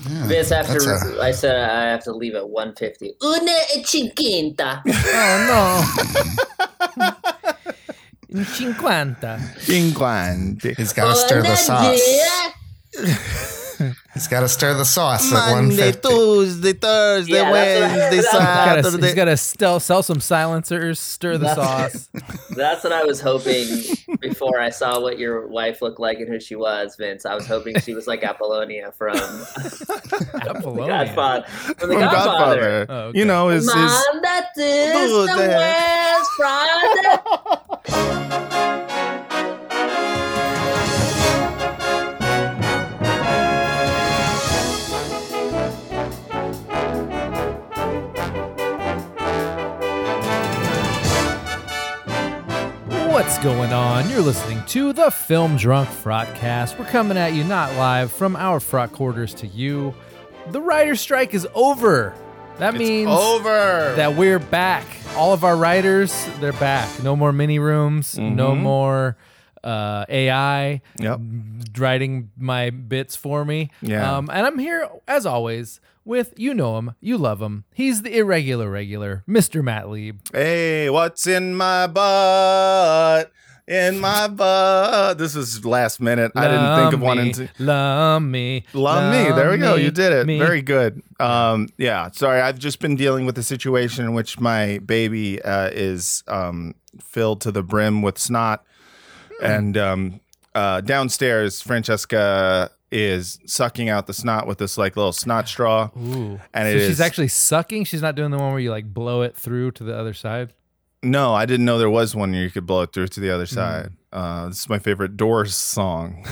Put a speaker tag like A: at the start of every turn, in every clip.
A: Vince, after
B: that's
A: I
B: a-
A: said I have to leave at 150. Una cinquanta.
C: Oh no. In 50.
D: Cinquante.
B: He's got to stir the sauce.
A: Yeah.
B: He's got to stir the sauce at
D: Monday,
B: 150.
D: Tuesday, Thursday,
A: Yeah, that's what I-
D: Wednesday,
A: that's what I-
C: Gotta, he's
D: Saturday.
C: got to sell, sell some silencers, stir the sauce.
A: That's what I was hoping before I saw what your wife looked like and who she was, Vince. I was hoping she was like Apollonia from
C: Apollonia.
A: Godfather. From the
D: Oh, From
A: Godfather.
D: Godfather.
C: Oh, okay.
D: You know, is is
A: that
D: Dude, the that-
A: West Friday.
C: What's going on? You're listening to the Film Drunk Frotcast. We're coming at you not live from our frot quarters to you. The writer's strike is over. That means
D: over.
C: that we're back. All of our writers, they're back. No more mini rooms, no
A: Mm-hmm.
C: more uh, AI
D: Yep.
C: writing my bits for me.
D: Yeah.
C: Um, and I'm here, as always, with you know him, you love him. He's the irregular regular, Mr. Matt Lieb.
D: Hey, what's in my butt? In my butt. This is last minute. I didn't think of
C: Love
D: one
C: me,
D: and two.
C: Love me.
D: Love me. There we go.
C: me,
D: You did it.
C: me.
D: Very good. Um, yeah. Sorry, I've just been dealing with a situation in which my baby uh, is um, filled to the brim with snot,
C: Hmm.
D: and um, uh, downstairs, Francesca is sucking out the snot with this like little snot straw.
C: Ooh.
D: And
C: so
D: it
C: she's
D: is-
C: actually sucking. She's not doing the one where you like blow it through to the other side.
D: No, I didn't know there was one you could blow it through to the
C: Hmm.
D: other side. Uh, this is my favorite Doors song.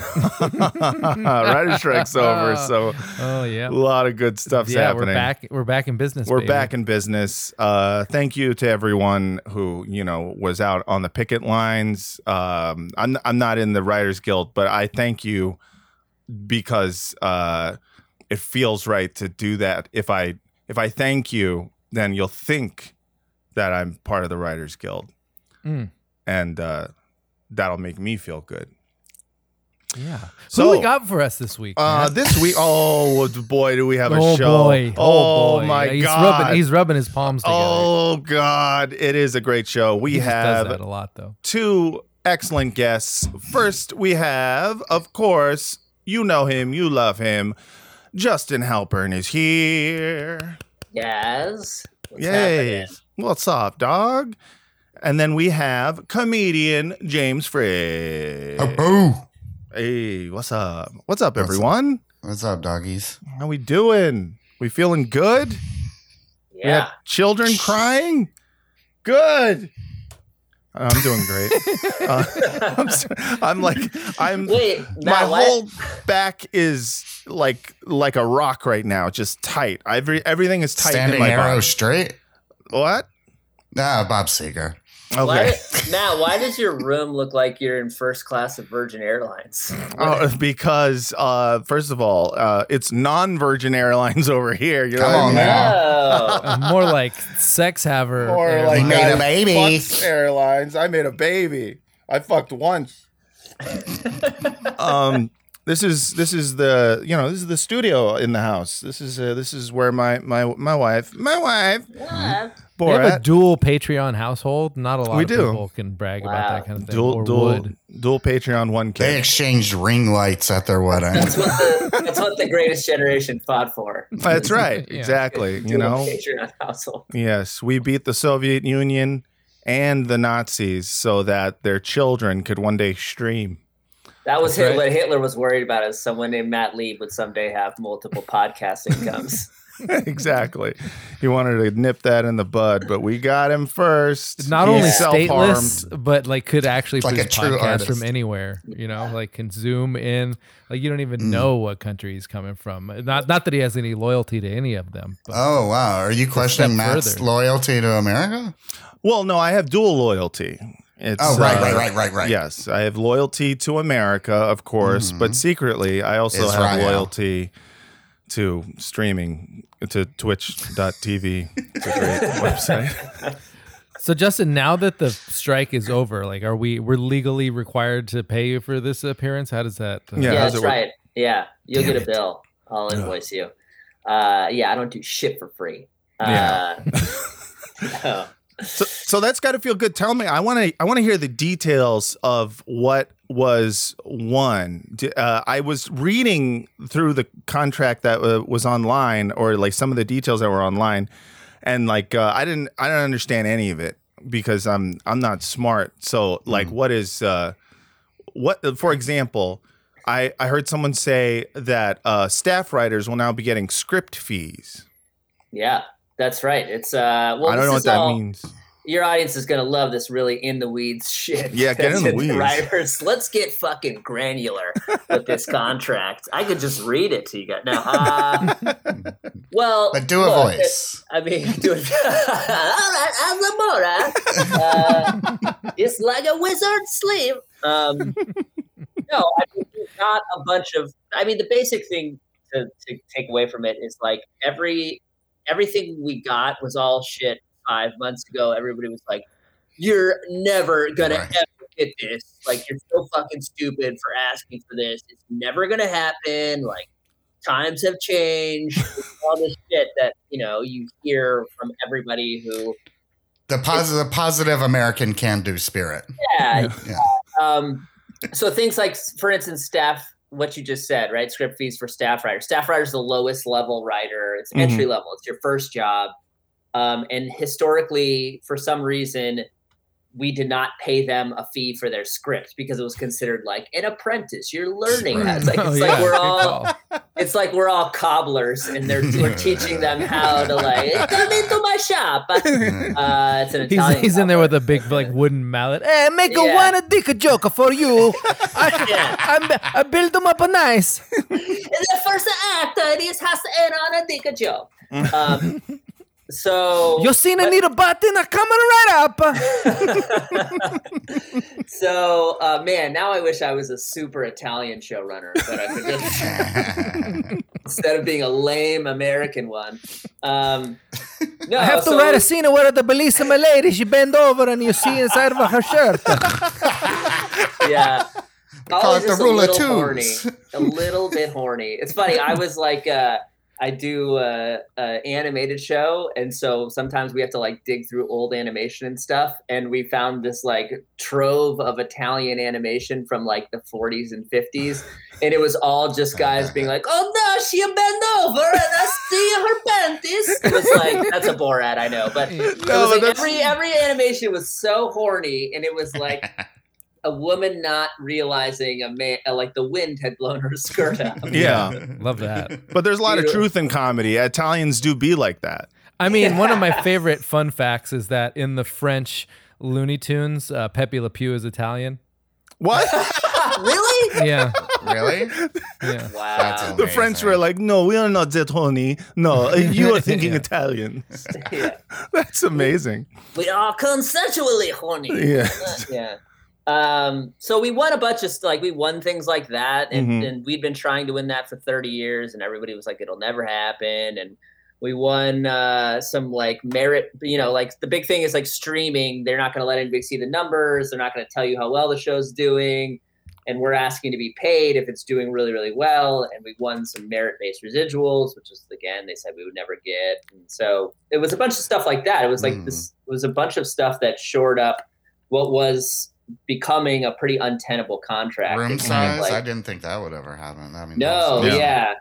D: Rider Strike's over, so
C: Oh yeah.
D: a lot of good stuff's
C: yeah,
D: happening.
C: we're back. We're back in business.
D: We're
C: baby.
D: back in business. Uh, thank you to everyone who you know was out on the picket lines. Um, I'm I'm not in the Writers Guild, but I thank you because uh, it feels right to do that. If I if I thank you, then you'll think that I'm part of the Writers Guild,
C: Mm.
D: and uh, that'll make me feel good.
C: Yeah. So
D: So-
C: Who we got for us this week?
D: Uh,
C: Matt?
D: this week, oh boy, do we have
C: oh
D: a show!
C: boy.
D: Oh,
C: boy.
D: my
C: he's
D: god,
C: Rubbing, he's rubbing his palms together.
D: Oh God, it is a great show. We
C: he just does that
D: have
C: a lot though.
D: two excellent guests. First, we have, of course, you know him, you love him. Justin Halpern is here.
A: Yes. What's
D: Yay!
A: happening?
D: What's up, dog? And then we have comedian James Frey.
B: Boo.
D: Hey, what's up? What's up,
B: What's up?
D: everyone?
B: What's up, doggies?
D: How we doing? We feeling good? We
A: Yeah.
D: had children crying. Good. I'm doing great. Uh, I'm, so- I'm like I'm.
A: Wait,
D: my
A: Matt, what?
D: whole back is like like a rock right now, just tight. Every everything is tight in
B: Standing
D: my
B: arrow
D: body.
B: straight?
D: What?
B: Ah, Bob Seger.
D: Okay.
A: Why, Matt, why does your room look like you're in first class of Virgin Airlines?
D: Oh, because uh, first of all, uh, it's non-Virgin Airlines over here. You know
B: Come
D: what I
B: on
D: mean?
B: now.
A: Oh.
C: Uh, more like sex haver.
D: Or like
B: He made
D: I
B: a baby.
D: fucked Airlines. I made a baby. I fucked once. um, this is this is the you know this is the studio in the house. This is uh, this is where my my my wife my wife
A: What?
C: we have a
D: Borat
C: dual Patreon household. Not a lot
D: We
C: of
D: do.
C: people can brag about
A: Wow.
C: that kind of thing.
D: dual
C: or
D: dual,
C: would.
D: dual Patreon one
B: They
D: kid.
B: exchanged ring lights at their wedding.
A: That's what the that's what the greatest generation fought for.
D: That's right,
C: Yeah.
D: exactly. You
A: Dual
D: know,
A: Patreon household.
D: yes, we beat the Soviet Union and the Nazis so that their children could one day stream.
A: That was
C: That's
A: Hit- what Hitler was worried about is someone named Matt Lee would someday have multiple podcast incomes.
D: exactly. He wanted to nip that in the bud, but we got him first.
C: Not
D: He
C: only
D: self-harmed.
C: stateless, but like could actually
B: Like a
C: produce
B: true
C: podcasts
B: artist.
C: from anywhere. You know, like can zoom in. Like you don't even
D: Mm.
C: know what country he's coming from. Not not that he has any loyalty to any of them. But
B: Oh, wow. Are you questioning
C: step
B: Matt's
C: further.
B: loyalty to America?
D: Well, no, I have dual loyalty. It's,
B: Oh, right,
D: uh,
B: right, right, right, right.
D: Yes, I have loyalty to America, of course,
B: Mm-hmm.
D: but secretly, I also
B: Israel.
D: have loyalty to streaming to twitch.tv. It's a great website.
C: so Justin, now that the strike is over, like are we we're legally required to pay you for this appearance? How does that? uh,
D: Yeah,
A: Yeah,
D: how's
A: that's
D: it work?
A: right. Yeah, you'll
B: Damn
A: get a
B: it.
A: bill. I'll invoice you. Uh, yeah, I don't do shit for free. Uh,
D: Yeah.
A: no.
D: So, so that's got to feel good. Tell me, I want to, I want to hear the details of what was won. D- Uh, I was reading through the contract that uh, was online, or like some of the details that were online, and like uh, I didn't, I don't understand any of it because I'm, I'm not smart. So, like, what is, uh, what, uh, for example. I, I heard someone say that uh, staff writers will now be getting script fees.
A: yeah, that's right. It's uh, well,
D: I don't
A: this
D: know
A: is
D: what that
A: all-
D: means.
A: Your audience is gonna love this really in the weeds shit.
D: Yeah, get in the
A: It's
D: weeds.
A: Writers, let's get fucking granular with this contract. I could just read it to you guys. No, uh, well,
B: But do a
A: look, it-
B: voice.
A: I mean, do it. all right, I'm a moron. Uh, it's like a wizard's sleeve. Um, no, I mean, there's not a bunch of. I mean, the basic thing to, to take away from it is like every everything we got was all shit five months ago. Everybody was like, "You're never gonna
B: Right.
A: ever get this. Like, you're so fucking stupid for asking for this. It's never gonna happen." Like times have changed all this shit that you know you hear from everybody who
B: The positive, positive American can-do spirit.
A: yeah,
B: Yeah.
A: um so things like for instance staff what you just said right script fees for staff writer staff writer is the lowest level writer it's
C: Mm-hmm.
D: Mhm.
A: entry level it's your first job um and historically for some reason we did not pay them a fee for their script because it was considered like an apprentice you're learning
B: Right.
A: that. It's like,
C: Oh,
A: it's
C: yeah,
A: like we're
C: good
A: all
C: call.
A: it's like we're all cobblers and they're we're teaching them how to like come into my shop. Uh, it's an
C: He's,
A: Italian.
C: he's in there
A: cobbler.
C: with a big like wooden mallet. Hey, make a
A: Yeah.
C: one a dick a joke for you. I,
A: Yeah.
C: I, I build them up a nice.
A: the first act uh, this has to end on a dick joke. Um, so
C: Your Cena need a button. I'm coming right up.
A: so uh, man, now I wish I was a super Italian showrunner, but I could just instead of being a lame American one. Um, no,
C: I have to
A: so-
C: write a scene where the bellissima lady she bend over and you see inside of her shirt.
A: yeah. I
B: call
A: was
B: it the
A: just a
B: rule of
A: little
B: twos.
A: horny, A little bit horny. It's funny. I was like, uh, I do uh, uh, animated show, and so sometimes we have to like dig through old animation and stuff. And we found this like trove of Italian animation from like the 40s and 50s, and it was all just guys being like, "Oh no, she bent over, and I see her panties." It was like that's a Borat, I know, but it
D: No,
A: was like
D: that's-
A: every every animation was so horny, and it was like a woman not realizing a man uh, like the wind had blown her skirt up.
D: yeah.
C: Love that.
D: But there's a lot of
A: Yeah.
D: truth in comedy. Italians do be like that.
C: I mean, one of my favorite fun facts is that in the French Looney Tunes, uh, Pepe Le Pew is Italian.
D: What?
A: really?
C: Yeah,
B: really?
C: yeah.
A: Wow.
B: That's a-
D: the French were like, no, we are not that horny. No, uh, you are thinking
C: Yeah.
D: Italian.
A: Yeah.
D: That's amazing.
A: We are consensually horny.
D: Yeah.
A: yeah. Um, so we won a bunch of like we won things like that, and,
D: Mhm.
A: and we'd been trying to win that for thirty years, and everybody was like, "It'll never happen." And we won uh, some like merit, you know, like the big thing is like streaming. They're not going to let anybody see the numbers. They're not going to tell you how well the show's doing, and we're asking to be paid if it's doing really, really well. And we won some merit-based residuals, which is again they said we would never get. And so it was a bunch of stuff like that. It was like
B: Mhm.
A: this it was a bunch of stuff that shored up what was becoming a pretty untenable contract.
B: Room
A: It kind of
B: size?
A: like-
B: I didn't think that would ever happen. I mean,
A: no,
B: that's-
A: yeah.
D: Yeah.
A: yeah.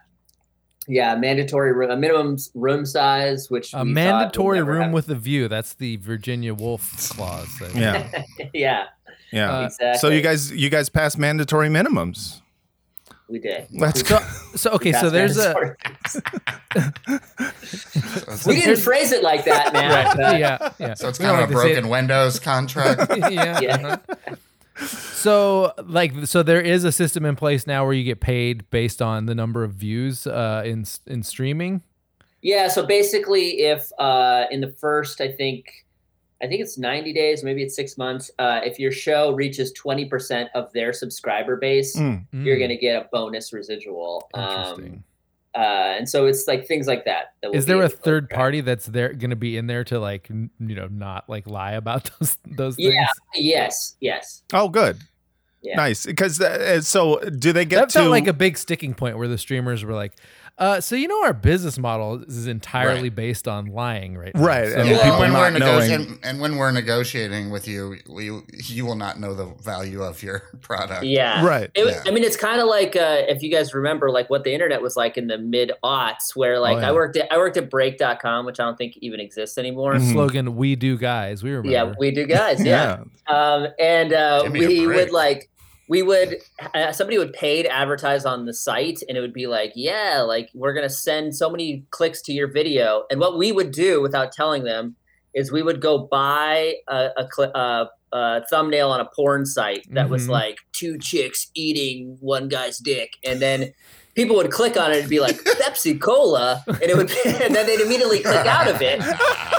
A: mandatory room, a minimum s- room size, which we
C: A
A: thought would
C: mandatory
A: never
C: room
A: happen.
C: with a view. That's the Virginia Woolf clause. that-
D: Yeah.
A: yeah,
D: Yeah.
C: Uh,
A: exactly.
D: so you guys you guys passed mandatory minimums.
A: we did.
D: That's
C: So, so okay, so there's a
B: So
A: we
B: it's,
A: didn't phrase it like that, man.
C: right, yeah, yeah.
B: so it's
C: We don't
B: kind
C: like
B: of a
C: to say it.
B: broken windows contract.
C: yeah.
A: Yeah.
C: uh-huh. So like so there is a system in place now where you get paid based on the number of views uh in in streaming.
A: Yeah, so basically, if uh, in the first, I think, I think it's ninety days, maybe it's six months. Uh, if your show reaches twenty percent of their subscriber base,
D: Mm.
A: you're
C: Mm,
A: going to get a bonus residual.
C: interesting.
A: Um, uh, and so it's like things like that. that will
C: is
A: be
C: there a
A: able to
C: third
A: track.
C: party that's there going to be in there to like n- you know not like lie about those those
A: Yeah,
C: things?
A: Yes, yes.
D: Oh, good.
A: Yeah.
D: Nice. Because uh, so do they get
C: That
D: to
C: felt like a big sticking point where the streamers were like, Uh, so you know our business model is entirely based on lying, right? now.
D: Right,
C: So-
D: and
B: Yeah,
D: people
B: when we're
D: not knowing.
B: negoti- and, and when we're negotiating with you, we, you will not know the value of your product.
A: Yeah.
D: Right.
A: It was,
B: Yeah.
A: I mean, it's kind of like uh, if you guys remember, like what the internet was like in the mid aughts,
C: Oh,
A: where like
D: yeah.
A: I worked at I worked at Break.com, which I don't think even exists anymore.
C: Our
D: Mhm.
C: slogan, "We do, guys." We Mm-hmm. remember.
A: Yeah, we do, guys. Yeah,
C: Uh,
A: um, and uh,
B: Give me a
A: we
B: break.
A: would like we would uh, somebody would pay to advertise on the site and it would be like yeah like we're gonna send so many clicks to your video and what we would do without telling them is we would go buy a, a, cli uh a thumbnail on a porn site that was
B: Mm-hmm.
C: Mhm.
A: like two chicks eating one guy's dick and then people would click on it and be like pepsi cola and it would and then they'd immediately click out of it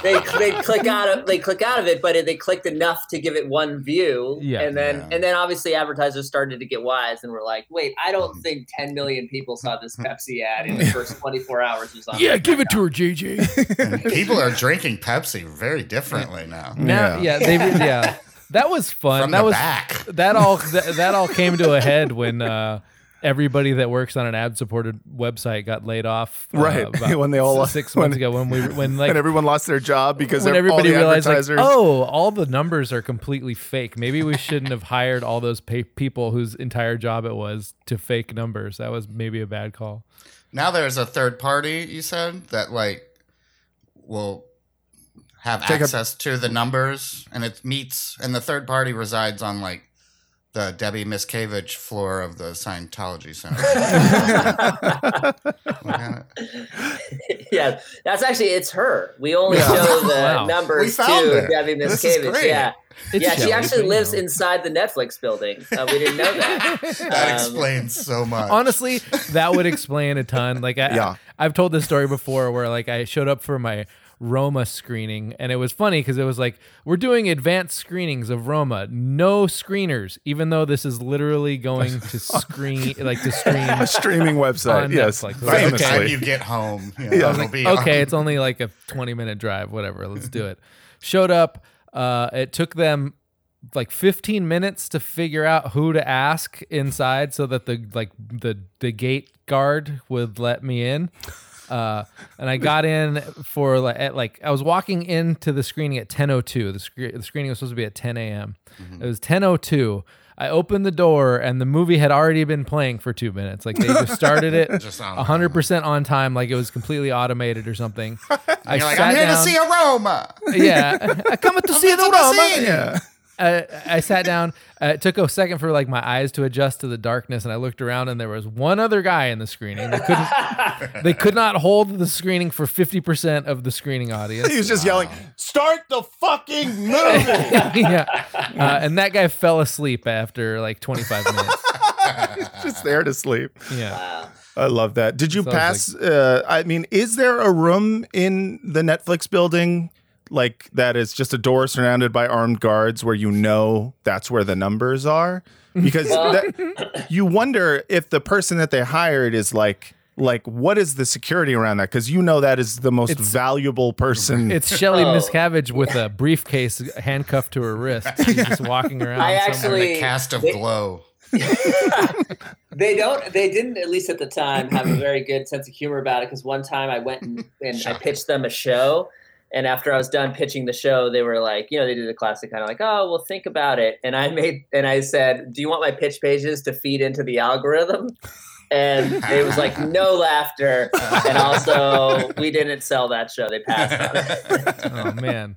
A: they they click out of they click out of it, but they clicked enough to give it one view.
C: Yeah.
A: and then
B: Yeah.
A: and then obviously advertisers started to get wise and were like, wait, I don't
C: Mm.
B: Mhm.
A: think 10 million people saw this Pepsi ad in the first 24 hours or something.
C: Yeah, give it to her, JJ.
B: And people are drinking Pepsi very differently now.
C: now, yeah, they, yeah, that was fun.
B: From
C: that
B: the
C: was
B: back.
C: that all that, that all came to a head when uh, everybody that works on an ad-supported website got laid off. uh,
D: Right.
C: about
D: When they all-
C: s- six
D: when-
C: months ago, when we when like
D: and everyone lost their job because
C: when
D: they're-
C: everybody
D: all the
C: realized like,
D: advertisers.
C: oh, all the numbers are completely fake. Maybe we shouldn't have hired all those pa people whose entire job it was to fake numbers. That was maybe a bad call.
B: Now there's a third party, you said, that like will have
D: Take a-
B: access to the numbers and it meets and the third party resides on like the Debbie Miscavige floor of the Scientology Center. What kind of-
A: yeah, that's actually it's her. We only
D: Yeah.
A: show the
C: Wow.
B: We
A: numbers
B: found
A: to
B: her.
A: Debbie
B: This is
A: Miscavige.
B: great.
A: Yeah,
C: It's
A: yeah, she
C: Shelley,
A: actually
C: you
A: lives
C: know.
A: inside the Netflix building. Uh, we didn't know that.
B: that
A: Um,
B: explains so much.
C: Honestly, that would explain a ton. Like I,
D: Yeah.
C: I've told this story before where like I showed up for my Roma screening and it was funny because it was like we're doing advanced screenings of Roma, no screeners, even though this is literally going to screen like to
D: a
C: stream.
D: streaming website.
C: On
D: yes,
C: Netflix.
B: By the
D: famously.
B: time you get home, you know,
D: Yeah.
B: it'll be on.
C: Okay, it's only like a 20 minute drive, whatever. Let's do it. Showed up, uh it took them like 15 minutes to figure out who to ask inside so that the like the the gate guard would let me in. Uh, and I got in for like, at like I was walking into the screening at 10:02. The, scre- the screening was supposed to be at 10 a.m.
B: Mm-hmm.
C: It was 10:02. I opened the door and the movie had already been playing for two minutes. Like they just started it
B: Just on-
C: 100% on time, like it was completely automated or something. I
B: You're like, I'm here to see Aroma.
C: yeah, I come to see the
B: It's a
C: Roma
B: scene.
D: yeah.
C: uh, I sat down. Uh, it took a second for like my eyes to adjust to the darkness, and I looked around, and there was one other guy in the screening. They couldn't. they could not hold the screening for fifty percent of the screening
D: He
C: audience.
D: was just yelling, "Start the fucking movie!"
C: yeah, uh, and that guy fell asleep after like twenty five minutes.
D: just there to sleep.
C: Yeah,
D: I love that. Did you
C: Sounds
D: pass? uh, I mean, is there a room in the Netflix building like that is just a door surrounded by armed guards where you know that's where the numbers are? Because
A: Well-
D: that, you wonder if the person that they hired is like. Like, what is the security around that? Because you know that is the most
C: It's-
D: valuable person.
C: it's Shelly
A: Oh.
C: Miscavige with a briefcase handcuffed to her wrist. She's just walking around.
A: I
C: somewhere.
B: And
A: actually-
B: the cast of
A: They-
B: Glow.
A: they don't they didn't at least at the time have a very good sense of humor about it because one time i went and, and i
B: Shocker.
A: pitched them a show and after i was done pitching the show they were like you know they did the classic kind of like oh well think about it and i made and i said do you want my pitch pages to feed into the algorithm and it was like no laughter and also we didn't sell that show they passed on it
C: Oh
B: Um,
C: man.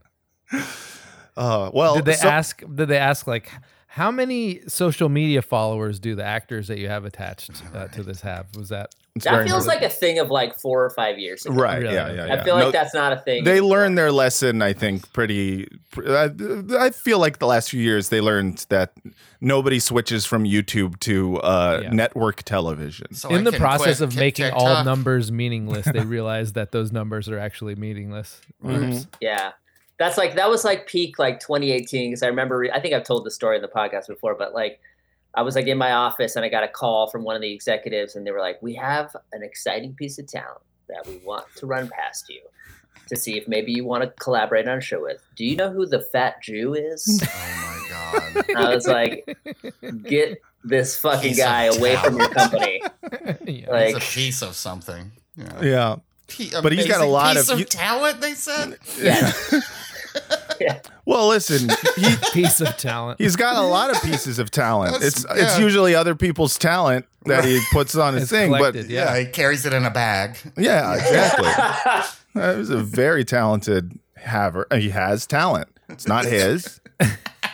D: Uh, well,
C: did they
D: so-
C: ask did they ask like how many social media followers do the actors that you have attached uh, to this have was that
D: it's
A: that
D: very
A: feels
D: important.
A: like a thing of like four or five years ago.
D: right.
C: Really?
D: Yeah, yeah,
A: i
D: yeah.
A: feel
D: No,
A: like that's not a thing
D: They learned their lesson, I think, pretty. pr- I, I feel like the last few years they learned that nobody switches from YouTube to uh,
C: Yeah.
D: network television.
B: So I
C: in the
B: can
C: process
B: quit
C: of
B: Tik-
C: making all
B: TikTok.
C: numbers meaningless they realized that those numbers are actually meaningless
B: Mm-hmm.
D: Mhm.
A: Mm-hmm. Yeah. That's like that was like peak like 2018 because I remember re- I think I've told the story in the podcast before but like I was like in my office and I got a call from one of the executives and they were like we have an exciting piece of talent that we want to run past you to see if maybe you want to collaborate on a show with. Do you know who the fat Jew is?
B: Oh my god.
A: I was like get this fucking
B: He's a
A: guy away from your
B: talent.
A: company.
C: yeah.
A: Like
B: it's a piece of something. Yeah.
D: Yeah.
B: P-
D: But he's got a
B: amazing
D: lot
B: piece
D: of-
B: of
D: you-
B: talent. They said.
A: Yeah.
D: Well, listen, he,
C: Piece of talent.
D: he's got a lot of pieces of talent.
B: That's-
D: It's it's
B: yeah.
D: usually other people's talent that he puts on his
C: It's
D: thing,
C: collected,
D: but
B: Yeah.
C: Yeah.
B: he carries it in a bag.
D: yeah, exactly. Uh, He was a very talented haver. uh, He has talent. It's not his,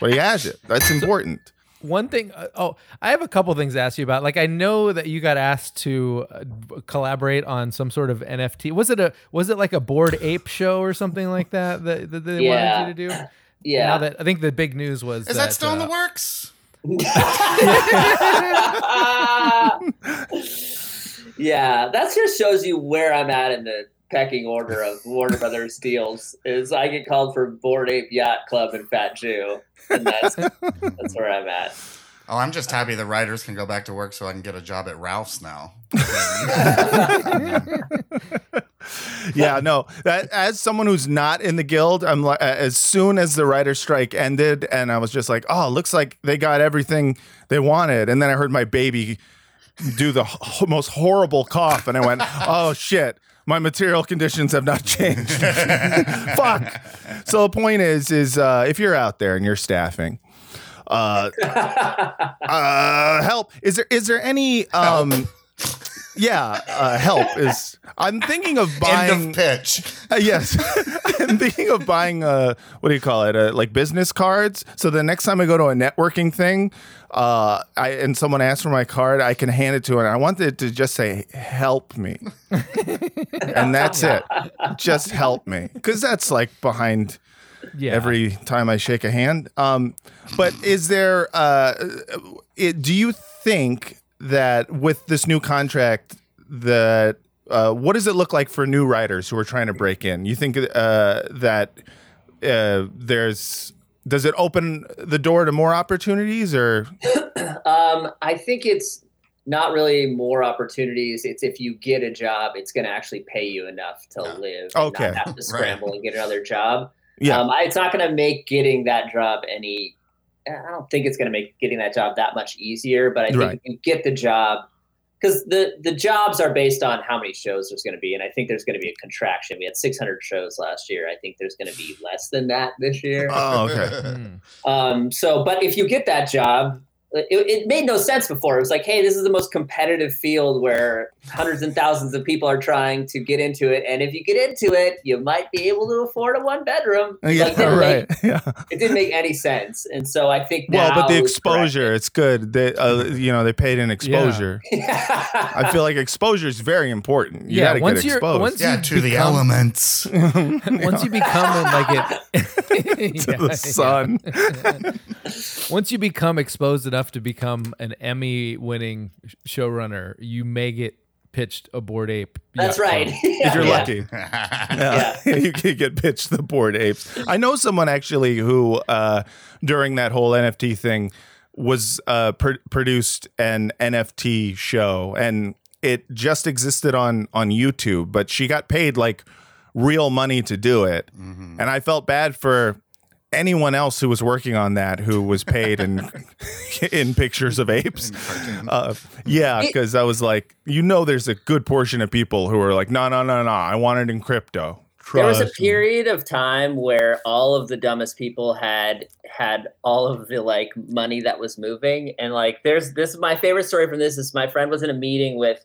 D: but he has it. That's important.
C: One thing. uh, Oh, I have a couple things to ask you about. Like, I know that you got asked to uh, collaborate on some sort of NFT. Was it a was it like a board ape show or something like that that, that they
A: Yeah.
C: wanted you to do? Now
A: yeah.
C: that I think the big news was uh,
B: Is that, still in the
D: uh,
B: works?
A: yeah, that just shows you where I'm at in the pecking order of Warner Brothers deals. Is I get called for Board Ape Yacht Club and Fat Jew, and that's that's where I'm at.
B: Oh, I'm just happy the writers can go back to work so I can get a job at Ralph's now.
D: yeah, no. That as someone who's not in the guild, I'm like, as soon as the writer's strike ended, and I was just like, oh, looks like they got everything they wanted, and then I heard my baby do the ho- most horrible cough, and I went, oh shit, my material conditions have not changed. Fuck. So the point is, is uh, if you're out there and you're staffing. Uh, uh, help. Is there is there any um, yeah, uh, help is. I'm thinking of
B: End
D: buying
B: of pitch.
D: uh, yes. I'm thinking of buying uh what do you call it? Uh, like business cards. So the next time I go to a networking thing, uh I and someone asks for my card, I can hand it to her. And I want it to just say help me. and that's it. Just help me. Cuz that's like behind
C: yeah.
D: every time I shake a hand. Um, but is there? Uh, it, do you think that with this new contract, that uh, what does it look like for new writers who are trying to break in? You think uh, that uh, there's does it open the door to more opportunities or
A: Um, I think it's not really more opportunities. It's if you get a job, it's going to actually pay you enough to
B: Yeah.
A: live.
D: Okay.
A: And not have to scramble and get another job.
D: Yeah.
A: Um, I, it's not going to make getting that job any. I don't think it's going to make getting that job that much easier. But I think
D: Right.
A: if you get the job, because the the jobs are based on how many shows there's going to be, and I think there's going to be a contraction. We had 600 shows last year. I think there's going to be less than that this year.
D: Oh, okay.
C: Mm.
A: Um, so, but if you get that job, it, it made no sense before. It was like, hey, this is the most competitive field where hundreds and thousands of people are trying to get into it, and if you get into it, you might be able to afford a one bedroom.
D: yeah
A: Like, it, didn't
D: right yeah
A: make, it didn't make any sense, and so I think
D: well
A: now
D: but the
A: is
D: exposure it's good they uh, you know they paid in exposure
A: correct.
D: I feel like exposure is very important you
C: Yeah,
D: gotta
C: once
D: get
C: you're-
D: exposed
C: once-
B: Yeah,
C: You
B: to the
C: become-
B: elements.
C: Once you become in like it
D: to
C: Yeah, yeah.
D: the sun
C: Once you become exposed enough to become an Emmy-winning sh- showrunner, you may get pitched a board ape.
A: That's
C: Yacht
A: right.
C: Club.
D: if you're
A: Yeah.
D: lucky.
B: Mm-hmm.
D: Yeah. you could get pitched the board apes. I know someone actually who, uh, during that whole NFT thing, was uh, pr- produced an NFT show, and it just existed on on YouTube. But she got paid like real money to do it,
B: Mhm.
D: and I felt bad for anyone else who was working on that who was paid in in pictures of apes.
B: Cartoon.
D: Uh, yeah,
A: It-
D: because I was like, you know, there's a good portion of people who are like, no, no, no, no, I want it in crypto.
A: There was a
D: Trust me."
A: period of time where all of the dumbest people had had all of the like money that was moving, and like there's this is my favorite story from this is my friend was in a meeting with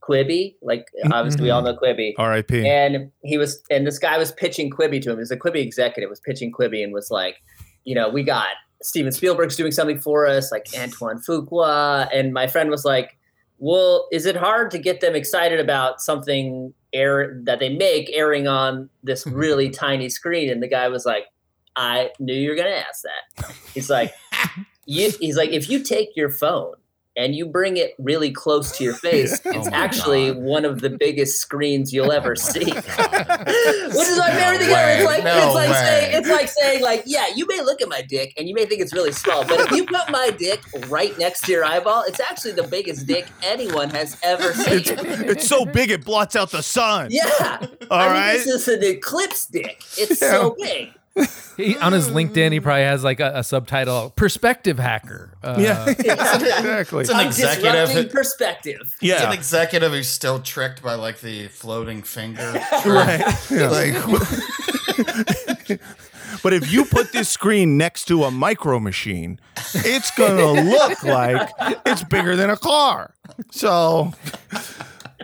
A: Quibi, like obviously we all
D: Mm-hmm.
A: know Quibi,
D: R.I.P.
A: and he was and this guy was pitching Quibi to him. He was a Quibi executive was pitching Quibi and was like, you know, we got Steven Spielberg's doing something for us, like Antoine Fuqua, and my friend was like, well, is it hard to get them excited about something air that they make airing on this really tiny screen? And the guy was like, I knew you were gonna ask that. He's like, you, he's like, if you take your phone and you bring it really close to your face,
B: Oh
A: it's
B: my
A: actually
B: God.
A: one of the biggest screens you'll ever see.
B: God.
A: Which is my
B: No
A: favorite thing ever. It's
B: way.
A: like
B: No
A: it's like
B: way.
A: saying it's like saying like yeah, you may look at my dick and you may think it's really small, but if you put my dick right next to your eyeball, it's actually the biggest dick anyone has ever seen.
D: it's so big it blots out the sun.
A: yeah,
D: All
A: I mean,
D: right.
A: this is an eclipse dick. It's so big.
C: He, on his LinkedIn, he probably has like a, a subtitle: "Perspective Hacker." Uh,
D: yeah, exactly.
B: It's an
A: I'm
B: executive.
A: disrupting perspective.
B: It's an
D: Yeah,
B: executive who's still tricked by like the floating finger.
D: right. Yeah.
B: Like,
D: But if you put this screen next to a micro machine, it's gonna look like it's bigger than a car. So,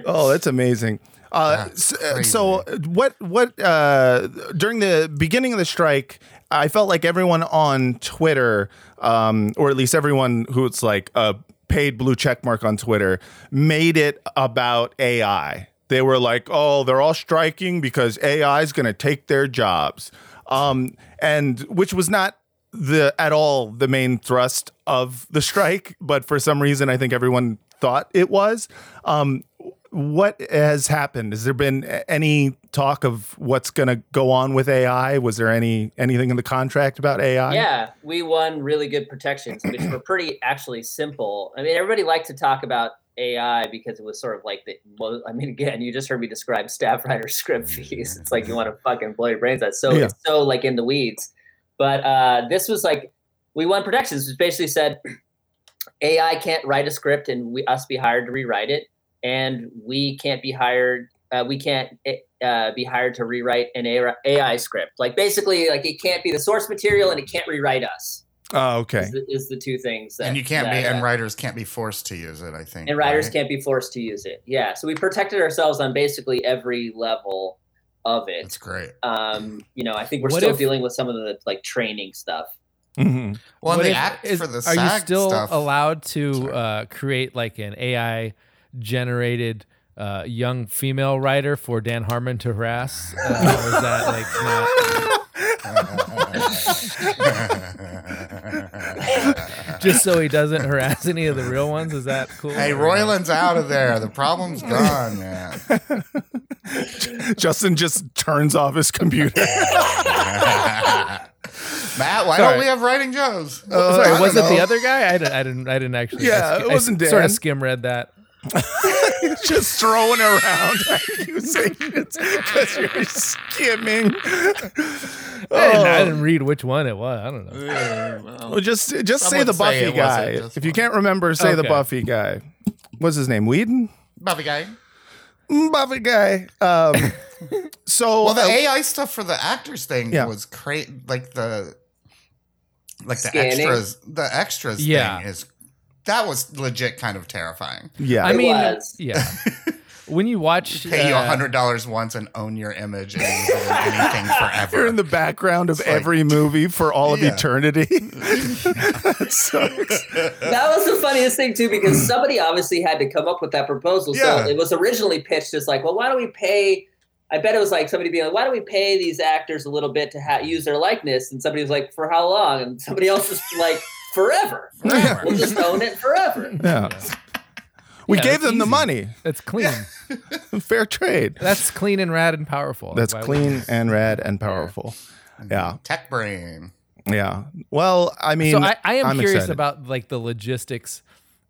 D: oh, that's amazing. Uh, s- uh, so, what? What? Uh, during the beginning of the strike, I felt like everyone on Twitter, um, or at least everyone who's like a paid blue check mark on Twitter, made it about AI. They were like, "Oh, they're all striking because AI is going to take their jobs," um, and which was not the at all the main thrust of the strike, but for some reason, I think everyone thought it was. Um, what has happened? Has there been a- any talk of what's going to go on with AI? Was there any anything in the contract about AI?
A: Yeah, we won really good protections, which were pretty actually simple. I mean, everybody liked to talk about AI because it was sort of like the. Well, I mean, again, you just heard me describe staff writer script fees. It's like you want to fucking blow your brains out. So
D: Yeah.
A: it's so like in the weeds. But uh, this was like we won protections, which basically said AI can't write a script and we us be hired to rewrite it, and we can't be hired. Uh, we can't uh, be hired to rewrite an AI AI script. Like basically, like it can't be the source material and it can't rewrite us.
D: Oh,
A: Is,
D: okay.
A: the, is the two things that
B: and you can't be,
A: that, uh,
B: and writers can't be forced to use it. I think.
A: and writers
B: right?
A: can't be forced to use it. Yeah, so we protected ourselves on basically every level of it.
B: That's great.
A: Um, you know, I think we're
C: What
A: still
C: if-
A: dealing with some of the like training stuff.
D: hmm
B: Well, and
C: What
B: the
C: if-
B: act
C: is-
B: for the
C: Are you
B: SAG
C: still
B: stuff.
C: allowed to
B: Sorry.
C: uh, create like an AI generated uh, young female writer for Dan Harmon to harass? Uh, or is that like not? Just so he doesn't harass any of the real ones? Is that cool?
B: hey,
C: Or-
B: Royland's out of there. The problem's gone, man.
D: Justin just turns off his computer.
B: Matt, why
C: Sorry. Oh,
B: don't we have writing Joes?
D: Uh,
C: Sorry,
D: I
C: was it
D: don't
C: the
D: know.
C: other guy? I didn't. I didn't, I didn't actually.
D: Yeah,
C: I
D: it wasn't
C: Sort
D: Dan.
C: of skim read that.
D: just throwing around accusations because you're skimming.
C: I, didn't, I
D: Oh.
C: didn't read which one it was. I don't know.
D: Well, just just
B: Some
D: say
B: would
D: the
B: say
D: Buffy
B: it wasn't
D: guy.
B: just
D: If you
B: one.
D: can't remember, say the
C: Okay.
D: Buffy guy. What's his name? Whedon?
B: Buffy guy.
D: Mm, Buffy guy. Um,
C: Oh,
D: so
B: Well, the
D: I-
B: AI stuff for the actors thing
D: Yeah.
B: was great. Like the like the
A: Scanning.
B: extras, the extras
C: Yeah.
B: thing is that was legit kind of terrifying.
D: yeah.
C: I
A: It
C: mean,
A: was.
C: yeah. When you watch,
B: Pay you
C: uh,
B: a hundred dollars once and own your image and you own anything forever.
D: You're in the background of
B: It's like-
D: every movie for all of
B: Yeah.
D: eternity. that sucks.
A: That was the funniest thing too, because somebody obviously had to come up with that proposal.
B: Yeah.
A: So it was originally pitched as like, well, why don't we pay? I bet it was like somebody being like, why don't we pay these actors a little bit to ha- use their likeness? And somebody was like, for how long? And somebody else was like, forever.
B: Forever.
A: We'll just own it forever.
D: Yeah. We
C: Yeah,
D: gave
C: that's
D: them the
C: easy.
D: money.
C: it's clean.
D: Fair trade.
C: That's clean and rad and powerful.
D: That's
C: Oh, Why would- Mm.
D: clean and rad and powerful. Yeah.
B: Tech brain.
D: Yeah. Well, I mean,
C: so I, I am
D: I'm
C: curious
D: excited.
C: about like the logistics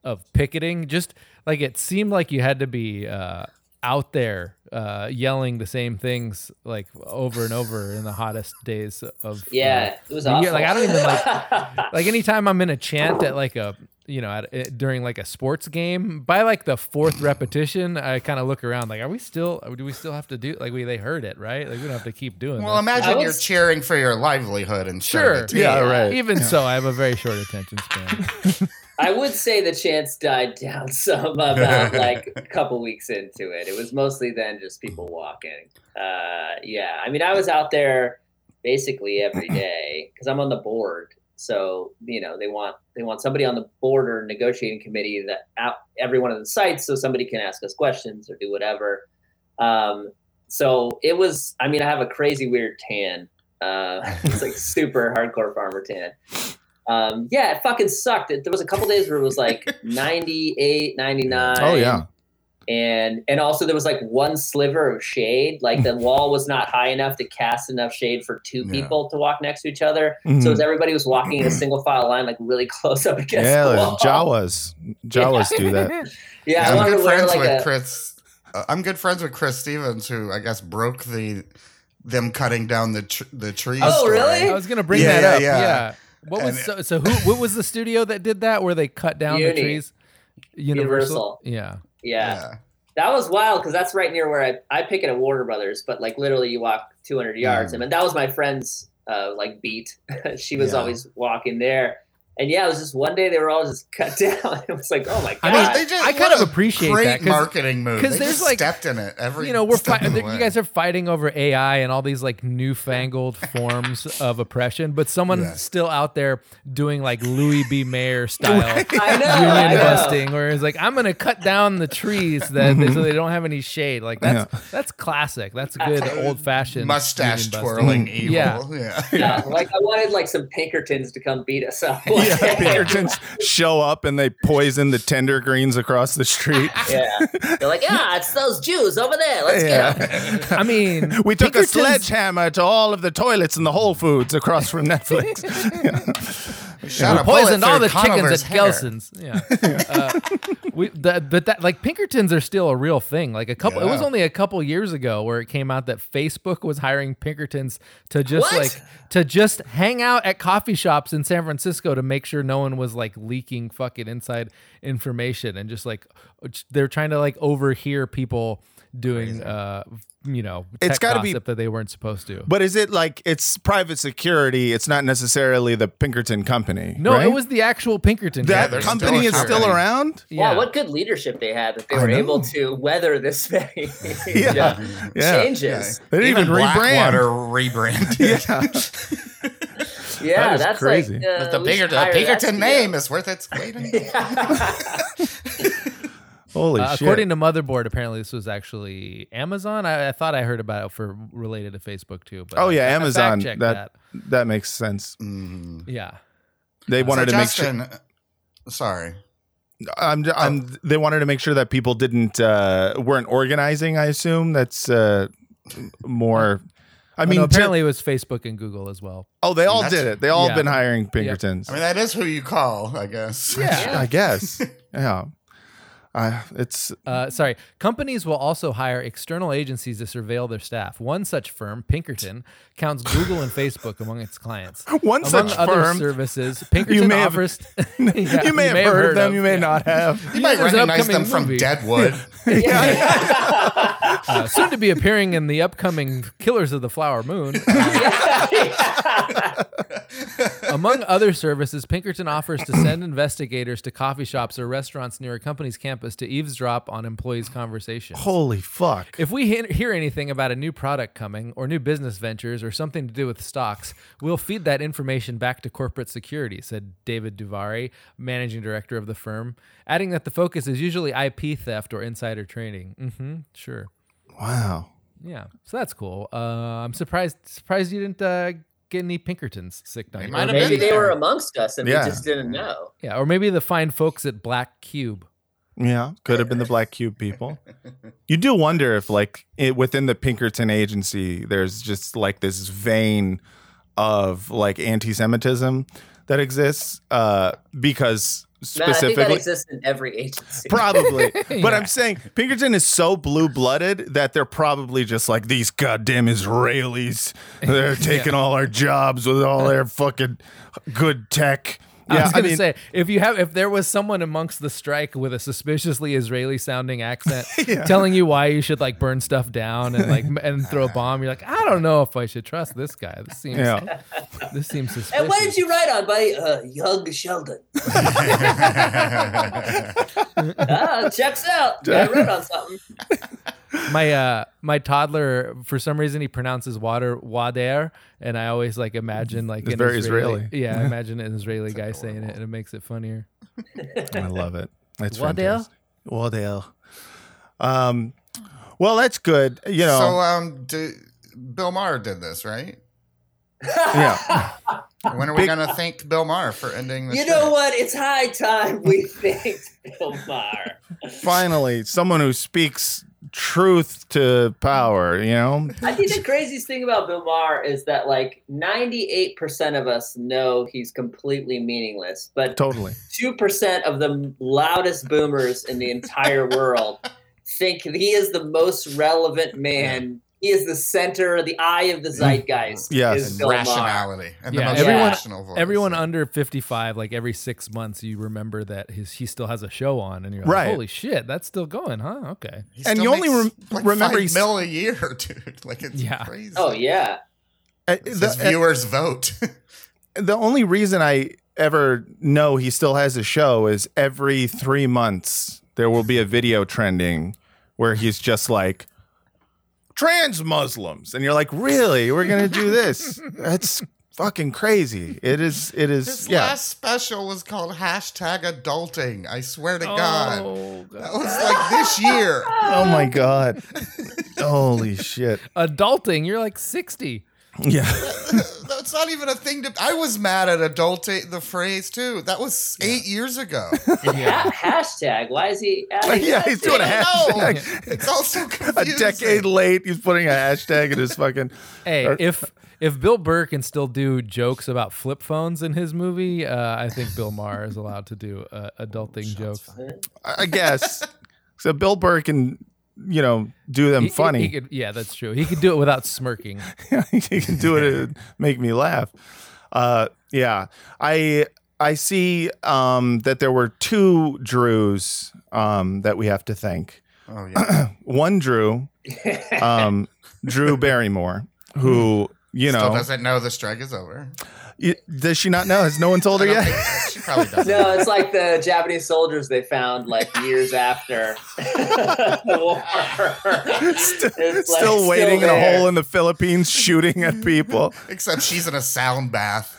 C: of picketing. Just like it seemed like you had to be uh, out there uh, yelling the same things like over and over in the hottest days of
A: Yeah, it was
C: Yeah,
A: awesome.
C: like, I don't even,
A: like.
C: like anytime I'm in a chant at like a you know at, at, during like a sports game by like the fourth repetition I kind of look around like are we still do we still have to do like we they heard it right like we don't have to keep doing
B: Well,
C: this.
B: imagine
A: I was-
B: you're cheering for your livelihood and
C: sure
D: Yeah, right.
C: even so I have a very short attention span
A: I would say the chance died down some about like a couple weeks into it. It was mostly then just people walking. Uh, yeah, I mean, I was out there basically every day because I'm on the board. So you know, they want they want somebody on the board or negotiating committee that out every one of the sites, so somebody can ask us questions or do whatever. Um, so it was. I mean, I have a crazy weird tan. Uh, it's like super hardcore farmer tan um, yeah, it fucking sucked. It, there was a couple days where it was like 98, 99.
D: Oh, yeah.
A: And and also there was like one sliver of shade. Like the wall was not high enough to cast enough shade for two
B: Yeah. Hmm.
A: people to walk next to each other.
D: Mhm.
A: So as everybody was walking in a single file line, like really close up against
D: yeah,
A: the
D: there's
A: wall.
D: Jawas. Jawas do that.
A: Yeah, I
B: I'm
A: wanted
B: good
A: to wear
B: friends
A: like
B: with
A: a
B: Chris. uh, I'm good friends with Chris Stevens, who I guess broke the them cutting down the tr- the trees.
A: Oh, really?
C: I was gonna bring
B: Yeah,
C: that
B: yeah,
C: up.
B: yeah.
C: Yeah. What was so,
B: And-
C: so? Who? What was the studio that did that? Where they cut down the
A: Uni.
C: trees?
A: Universal.
C: Yeah.
A: yeah. That was wild because that's right near where I, I pick it at Warner Brothers, but like literally you walk 200 yards.
B: Mm.
A: And then that was my friend's uh, like beat. she was
B: Yeah.
A: always walking there. And yeah, it was just one day they were all just cut down. it was like, oh my God.
C: I
A: I
C: mean,
B: Well, they just-
C: I kind
B: what
C: of
B: a
C: appreciate
B: great
C: that, 'cause-
B: marketing move.
C: 'cause
B: They
C: there's,
B: just
C: like-
B: stepped in it every.
C: you know we're
B: step
C: fi-
B: of the
C: you
B: way.
C: guys are fighting over AI and all these like newfangled forms of oppression, but someone's
B: Yeah.
C: still out there doing like Louis B. Mayer style
A: know. I know.
C: union busting, where it's like I'm gonna cut down the trees that
B: Mm-hmm.
C: so they don't have any shade. Like that's that's classic. That's good old fashioned
B: mustache twirling evil.
C: Yeah.
B: yeah.
A: Yeah, like I wanted like some Pinkertons to come beat us up. one
D: yeah,
A: day.
D: Pinkertons show up and they poison the tender greens across the street.
A: Yeah. They're like, ah, it's those Jews over there. Let's get 'em."
C: I mean,
D: We took
C: Pinkertons-
D: a sledgehammer to all of the toilets in the Whole Foods across from Netflix.
B: Shot a bullet
C: poisoned all
B: through
C: the chickens
B: Conover's
C: at
B: hair.
C: Gelson's. Yeah, uh, we the, but that like Pinkertons are still a real thing. Like a couple, it was
B: Yeah.
C: only a couple years ago where it came out that Facebook was hiring Pinkertons to just
A: What?
C: like to just hang out at coffee shops in San Francisco to make sure no one was like leaking fucking inside information and just like they're trying to like overhear people doing uh you know tech
D: It's gotta be-
C: gossip that they weren't supposed to.
D: But is it like it's private security? It's not necessarily the Pinkerton company.
C: no,
D: right?
C: it was the actual Pinkerton. guy.
D: that
B: there's
D: company
B: still a
D: is still
B: company.
D: around.
A: Yeah, what good leadership they had that they
D: I
A: were
D: know.
A: able to weather this thing.
D: Yeah. Yeah.
A: Changes.
D: They didn't even,
B: Blackwater
D: rebrand.
B: rebrand.
A: Yeah,
D: That is
A: that's
D: crazy.
A: like
B: But
A: uh,
B: the
A: we should
B: bigger the
A: hire that
B: Pinkerton
A: studio.
B: name is worth its weight in gold.
D: Holy
C: Uh,
D: shit!
C: according to Motherboard, apparently this was actually Amazon. I, I thought I heard about it for related to Facebook too. But
D: oh yeah,
C: I- I
D: Amazon.
C: fact-checked
D: That, that makes sense.
B: Mm.
C: that. yeah.
D: They wanted
B: so
D: to make sure.
B: Justin, Oh. Sorry.
D: I'm, I'm, They wanted to make sure that people didn't uh, weren't organizing. I assume that's uh, more. I
C: I
D: mean,
C: mean,
D: to-
C: Oh, apparently it was Facebook and Google as well.
D: oh, they all did it. They all
C: Yeah.
D: been hiring Pinkertons.
B: I mean, that is who you call, I guess.
C: Yeah.
D: I guess. yeah. I it's
C: Uh, sorry, companies will also hire external agencies to surveil their staff. One such firm, Pinkerton, counts Google and Facebook among its clients.
D: one
C: Among
D: such
C: other
D: firm.
C: services, Pinkerton
D: may have-
C: offers. Yeah,
D: you may have heard, them.
C: of-
D: You may
C: yeah.
D: not have.
B: You might
C: There's an
B: recognize them
C: upcoming
B: from
C: movie.
B: Deadwood.
C: Uh, soon to be appearing in the upcoming Killers of the Flower Moon. Uh, Among other services, Pinkerton offers to send investigators to coffee shops or restaurants near a company's campus to eavesdrop on employees' conversations.
D: Holy fuck!
C: If we he- hear anything about a new product coming, or new business ventures, or something to do with stocks, we'll feed that information back to corporate security, said David Duvari, managing director of the firm, adding that the focus is usually IP theft or insider trading. Mm-hmm, sure.
D: Wow.
C: Yeah, so that's cool. Uh, I'm surprised surprised you didn't uh, get any Pinkertons sick
B: They
C: on you.
B: might
C: Or
B: have
A: Maybe
B: been
A: they
B: there.
A: were amongst us and
D: Yeah.
A: we just didn't know.
C: Yeah, or maybe the fine folks at Black Cube.
D: Yeah, could have been the Black Cube people. You do wonder if, like, it, within the Pinkerton agency, there's just like this vein of like anti-Semitism that exists, uh, because
A: Man, I think that
D: specifically.
A: exists in every agency.
D: Probably, but
C: Yeah.
D: I'm saying Pinkerton is so blue-blooded that they're probably just like these goddamn Israelis. They're taking all our jobs with all their fucking good tech.
C: Uh, I was gonna
D: mean-
C: say if you have if there was someone amongst the strike with a suspiciously Israeli sounding accent telling you why you should like burn stuff down and like m- and throw a bomb, you're like, I don't know if I should trust this guy. This seems
D: yeah,
C: this seems suspicious.
A: and what did you write on, buddy? Uh, young Sheldon. ah, checks out. Yeah, I wrote on something.
C: my uh my toddler for some reason he pronounces water wader and I always like imagine like
D: It's
C: an
D: very Israeli.
C: Yeah, I imagine an Israeli guy saying it and it makes it funnier.
D: I love it. It's
C: Waddell?
D: fantastic. Waddell. Um, well, that's good. You know,
B: So, um, do, Bill Maher did this, right?
D: uh, yeah.
B: When are we going to thank Bill Maher for ending this?
A: You know what? It's high time we thanked Bill Maher.
D: Finally, someone who speaks truth to power. You know,
A: I think the craziest thing about Bill Maher is that like 98% of us know he's completely meaningless, but
D: totally.
A: two percent of the loudest boomers in the entire world think he is the most relevant man he is the center, the eye of the zeitgeist.
D: Mm. Yes.
A: is
B: And
A: Bill Maher.
B: rationality and
C: Yeah,
B: the most
A: everyone-
B: rational voice.
C: Everyone under 55, like every six months, you remember that his he still has a show on, and you're like,
D: Right.
C: holy shit, that's still going, huh? Okay.
B: He
D: and
B: still
D: you only
B: makes,
D: rem-
B: like
D: remember
B: five
D: he's-
B: mil a year, dude. Like it's
C: Yeah.
B: crazy.
A: Oh yeah,
D: Uh,
B: It's
D: the-
B: his viewers vote.
D: the only reason I ever know he still has a show is every three months there will be a video trending where he's just like trans Muslims, and you're like, really? We're gonna do this? That's fucking crazy. It is. It is.
B: His
D: yeah.
B: last special was called hashtag adulting. I swear to God.
C: Oh,
B: That was like this year.
D: oh my god. Holy shit.
C: Adulting, you're like 60.
D: Yeah.
B: That's not even a thing to. I was mad at adulting the phrase too. That was eight years ago.
A: Ha- hashtag. Why is he? adding
D: yeah. He's doing a
A: that?
B: I
D: hashtag.
B: It's also
D: A
B: confusing.
D: decade late, he's putting a hashtag in his fucking.
C: Hey, if if Bill Burr can still do jokes about flip phones in his movie, uh, I think Bill Maher is allowed to do uh, adulting jokes.
D: I I guess. So Bill Burr can, you know, do them
C: He- he-
D: funny.
C: he could- yeah, that's true. He could do it without smirking.
D: you can do it and make me laugh. Uh, yeah, I I see um, that there were two Drews um, that we have to thank.
B: Oh yeah.
D: One Drew, um, Drew Barrymore, who you
B: Mm-hmm. Still
D: know
B: doesn't know the strike is over.
D: y- does she not know? Has no one told
B: I
D: her
B: don't
D: yet?
B: think so. She probably doesn't.
A: No, it's like the Japanese soldiers they found like years after the war.
D: Still,
A: It's, like,
D: still waiting in a
A: there.
D: hole in the Philippines, shooting at people.
B: Except she's in a sound bath.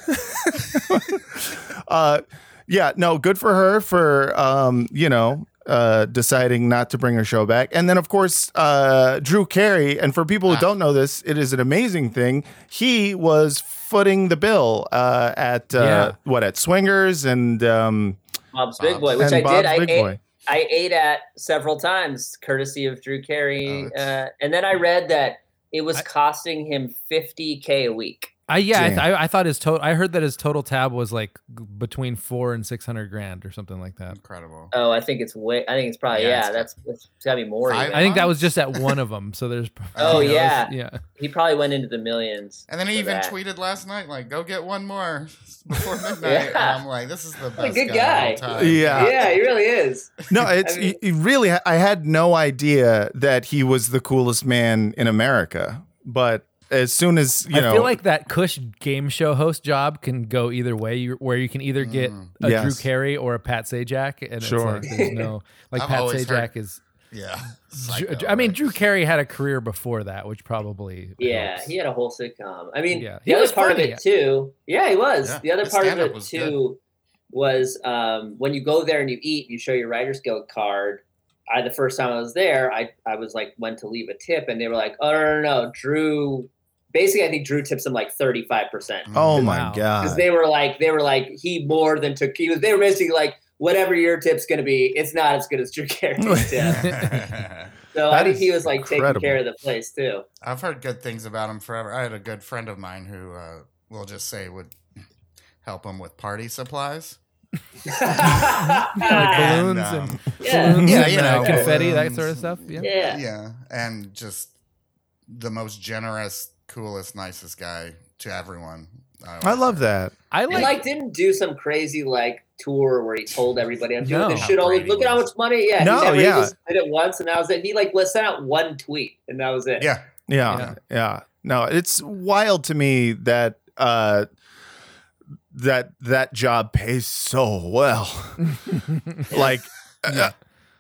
D: uh yeah no good for her for um you know uh deciding not to bring her show back and then of course uh drew carey and for people who
B: Ah.
D: don't know this it is an amazing thing he was footing the bill uh at uh
C: Yeah.
D: what at swingers and um
A: Bob's Big Boy, which
D: and
A: I
D: bob's
A: did. I
D: big
A: ate,
D: boy
A: I ate at several times, courtesy of Drew
B: Oh,
A: Carey. uh,
B: that's-
A: and then I read that it was
C: I-
A: costing him 50K a week.
C: I yeah, I, th-
D: Damn.
C: I, I thought his total. I heard that his total tab was like g- between four and six hundred grand or something like that.
B: Incredible.
A: Oh, I think it's way, I think it's probably,
B: Yeah,
A: yeah,
B: it's-
A: that's, it's got to be more.
B: Five-
A: even.
C: I think that was just at one of them. So there's.
A: Oh,
C: you know,
A: yeah.
C: it's- yeah.
A: he probably went into the millions.
B: And then he
A: for
B: even
A: that.
B: tweeted last night, like, go get one more before midnight. And
A: Yeah.
B: I'm like, this is the best
A: good
B: guy. of
A: guy.
B: all time.
D: yeah
A: Yeah, he really is.
D: No, it's
A: mean-
D: it- it really. I had no idea that he was the coolest man in America. But as soon as you
C: I
D: know,
C: feel like that Cush game show host job can go either way, you- where you can either get
B: Mm.
C: a Drew
D: Yes.
C: Carey or a Pat Sajak, and
D: Sure.
C: it's like there's no like
B: I've
C: Pat
B: always
C: Sajak
B: heard-
C: is.
B: Yeah.
C: Dr-
B: Psycho,
C: I mean,
B: right?
C: Drew Carey had a career before that, which probably
A: Yeah,
C: helps.
A: he had a whole sitcom. I mean,
C: Yeah. He
A: the other
C: was
A: part
C: funny.
A: of it too. Yeah, he was.
B: Yeah,
A: The other
B: his
A: part of
B: stand-up
A: it
B: was good.
A: too was um, when you go there and you eat, you show your Writers Guild card. I the first time I was there, I I was like went to leave a tip, and they were like, "Oh no, no, no, no. Drew." Basically, I think Drew tips him like thirty five percent
D: oh my
C: Wow.
D: god,
A: because they were like they were like he more than took. He was they were basically like whatever your tip's gonna be, it's not as good as Drew Carey's tip. So
D: That
A: I think
D: is
A: he was like taking
D: incredible.
A: care of the place too.
B: I've heard good things about him forever. I had a good friend of mine who uh, we'll just say would help him with party supplies.
C: Like
A: yeah.
C: balloons
B: um,
C: and
A: yeah.
C: balloons
B: Yeah,
C: and,
B: you
C: uh,
B: know,
C: confetti, that
B: balloons
C: sort of
B: and-
C: stuff. Yeah.
A: Yeah.
B: yeah and just the most generous coolest nicest guy to everyone
D: I love that.
C: I
A: He
C: like,
A: like didn't do some crazy like tour where he told everybody I'm doing
C: No.
A: this shit all
B: Brady
A: look at how
B: was.
A: much money. Yeah. he
D: No,
A: never- he
D: yeah.
A: just did it once and that was it. He like let sent out one tweet and that was it.
B: yeah
D: Yeah, yeah.
C: Yeah.
D: No, it's wild to me that uh that that job pays so well. like uh,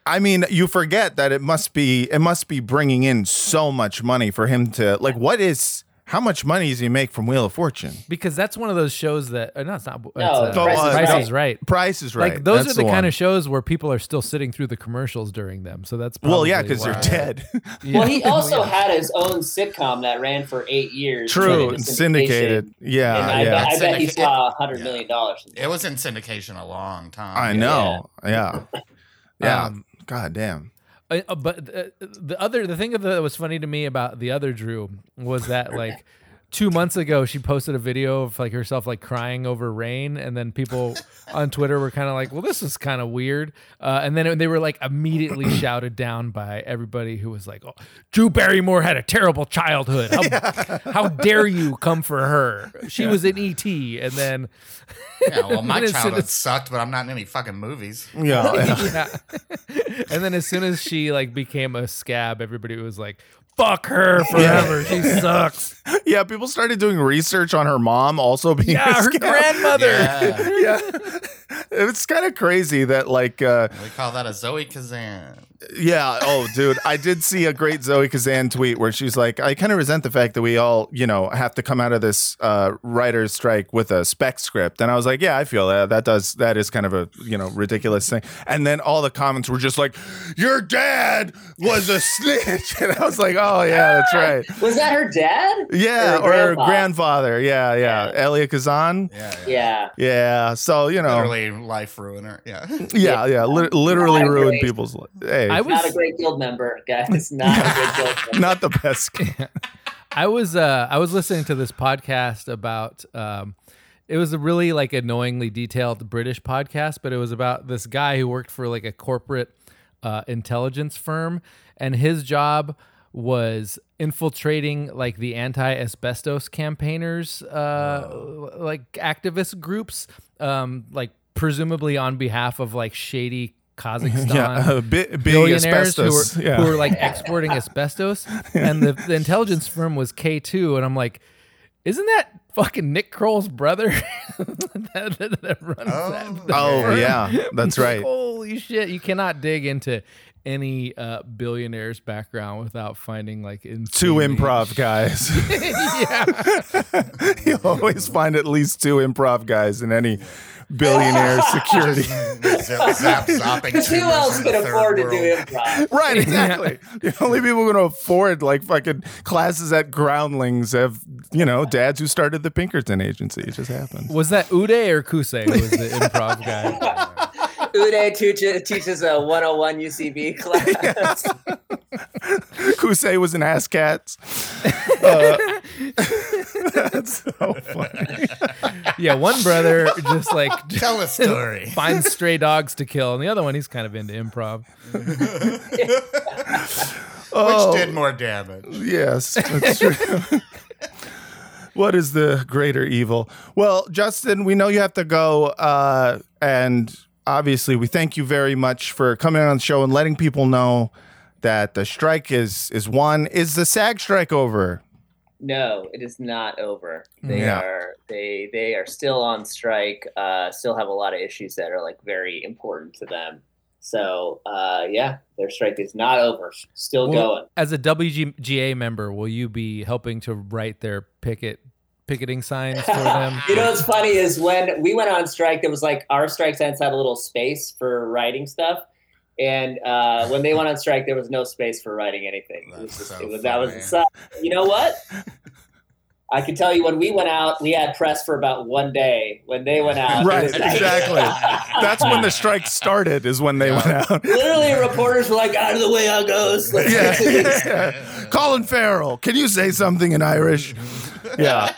D: I mean, you forget that it must be it must be bringing in so much money for him to like what is how much money does he make from Wheel of Fortune?
C: because that's one of those shows that uh, no, it's not. It's,
A: No,
C: uh,
D: Price is
C: Price
D: Right.
C: is right.
D: Price is Oh, right.
C: Like those
D: That's
C: are the, kind
D: one.
C: of shows where people are still sitting through the commercials during them. So that's
D: Well, yeah,
C: probably
D: because they're
C: why.
D: dead.
A: Well, he
C: Yeah.
A: also had his own sitcom that ran for eight years.
D: True,
A: went into syndication,
D: syndicated.
A: And
D: Yeah,
A: I, bet, I
D: yeah.
A: bet he
B: Syndicated.
A: saw hundred million dollars.
B: it was in syndication a long time
D: I know. Yeah. Yeah.
C: Um,
D: God damn.
C: I- uh, but uh, the other the thing of the- that was funny to me about the other Drew was that like two months ago she posted a video of like herself like crying over rain and then people on twitter were kind of like well this is kind of weird uh, and then it- they were like immediately shouted down by everybody who was like oh, drew barrymore had a terrible childhood how, how dare you come for her she was an et and then
B: Yeah, well, my
C: And as soon
B: childhood
C: as-
B: sucked, but I'm not in any fucking movies.
D: yeah.
C: yeah. and then as soon as she like became a scab everybody was like fuck her forever she sucks
D: Yeah, people started doing research on her mom also being a
C: yeah her
D: scam.
C: grandmother
B: Yeah,
D: yeah. It's kind of crazy that like uh
B: we call that a Zoe Kazan.
D: yeah, oh dude, I did see a great Zoe Kazan tweet where she's like, I kind of resent the fact that we all, you know, have to come out of this uh writer's strike with a spec script. And I was like, yeah, I feel that that does that is kind of a, you know, ridiculous thing. And then all the comments were just like, your dad was a snitch. And I was like, oh yeah, that's right.
A: Was that her dad?
D: Yeah,
A: Or
D: or,
A: her grandpa.
D: grandfather. Yeah, yeah. Elliot Kazan.
B: Yeah, yeah.
A: Yeah.
D: Yeah. So, you know,
B: Literally life ruiner. Yeah.
D: yeah, yeah. Lit literally
A: Not a
D: ruined
A: great-
D: people's life. Hey,
C: I
A: Not a
C: was-
A: great guild member, guys. Not a good guild member.
D: not the best.
C: I was uh, I was listening to this podcast about um, it was a really like annoyingly detailed British podcast, but it was about this guy who worked for like a corporate uh, intelligence firm, and his job was infiltrating like the anti-asbestos campaigners, uh, like activist groups, um, like presumably on behalf of like shady Kazakhstan
D: yeah, a bit, big
C: billionaires who
D: asbestos.
C: were,
D: yeah.
C: who were like exporting asbestos and the, the intelligence firm was k2 and i'm like isn't that fucking nick kroll's brother that, that- that runs that
B: Oh,
D: oh yeah, that's right.
C: holy shit you cannot dig into any uh billionaire's background without finding like
D: Two
C: insanely-
D: improv guys.
C: yeah
D: you always find at least two improv guys in any billionaire security.
B: Zip, zap, zopping
A: Because who
B: tumors
A: else
B: in the
A: can
B: third
A: afford to do
B: world.
A: improv?
D: Right, exactly. The only people going to afford like fucking classes at Groundlings have, you know, dads who started the Pinkerton agency. It just happened.
C: was that uday or kuse who was the improv guy
A: Uday teaches, teaches a 101 UCB class.
D: Kusei was an ass cat. Uh, that's so funny.
C: yeah one brother just like
B: Tell a story.
C: finds stray dogs to kill and the other one he's kind of into improv
D: Oh,
B: Which did more damage?
D: yes, that's true. what is the greater evil? Well, Justin, we know you have to go, uh, and obviously, we thank you very much for coming on the show and letting people know that the strike is is won. Is the SAG strike over?
A: No, it is not over. They
D: Yeah.
A: are they they are still on strike. Uh, still have a lot of issues that are like very important to them. So uh, yeah, their strike is not over. Still
C: Well,
A: going.
C: As a WGA member, will you be helping to write their picket picketing signs for them?
A: You know what's funny is when we went on strike, there was like our strike signs had a little space for writing stuff. And uh, when they went on strike, there was no space for writing anything. It was
B: That's
A: just,
B: so
A: it was, that was
B: funny.
A: so- you know what? I can tell you when we went out, we had press for about one day. When they went out, it
D: Right,
A: was like-
D: exactly. That's when the strike started. Is when they went out.
A: Literally, reporters were like, "Out of the way, I goes." Let's get to this.
D: yeah. Colin Farrell, can you say something in Irish? yeah.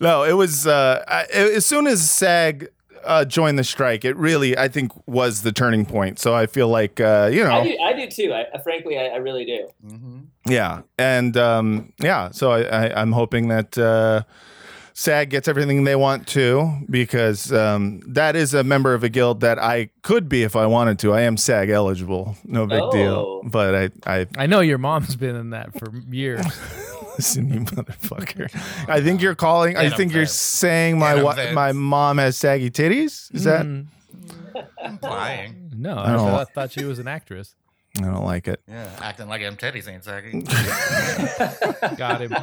D: No, it was uh, I, as soon as SAG uh, joined the strike, it really I think was the turning point. So I feel like uh, you
A: I
D: know,
A: do, I do too. I, frankly, I, I really do.
B: Mhm.
D: yeah, and um, yeah. So I, I, I'm hoping that. Uh, SAG gets everything they want to because um, that is a member of a guild that I could be if I wanted to. I am SAG eligible, no big deal.
A: Oh.
D: But I, I
C: I know your mom's been in that for years.
D: Listen, you motherfucker. I think you're calling. I
B: Get 'em,
D: think you're
B: Vince.
D: saying my
B: Get 'em,
D: wa-
B: Vince.
D: my mom has saggy titties. Is that?
C: Mm,
B: Implying.
C: no?
D: I
C: I,
D: don't-
C: thought, thought she was an actress.
D: I don't like it.
B: Yeah, acting like I'm Teddy Saint Saggy.
C: Got him.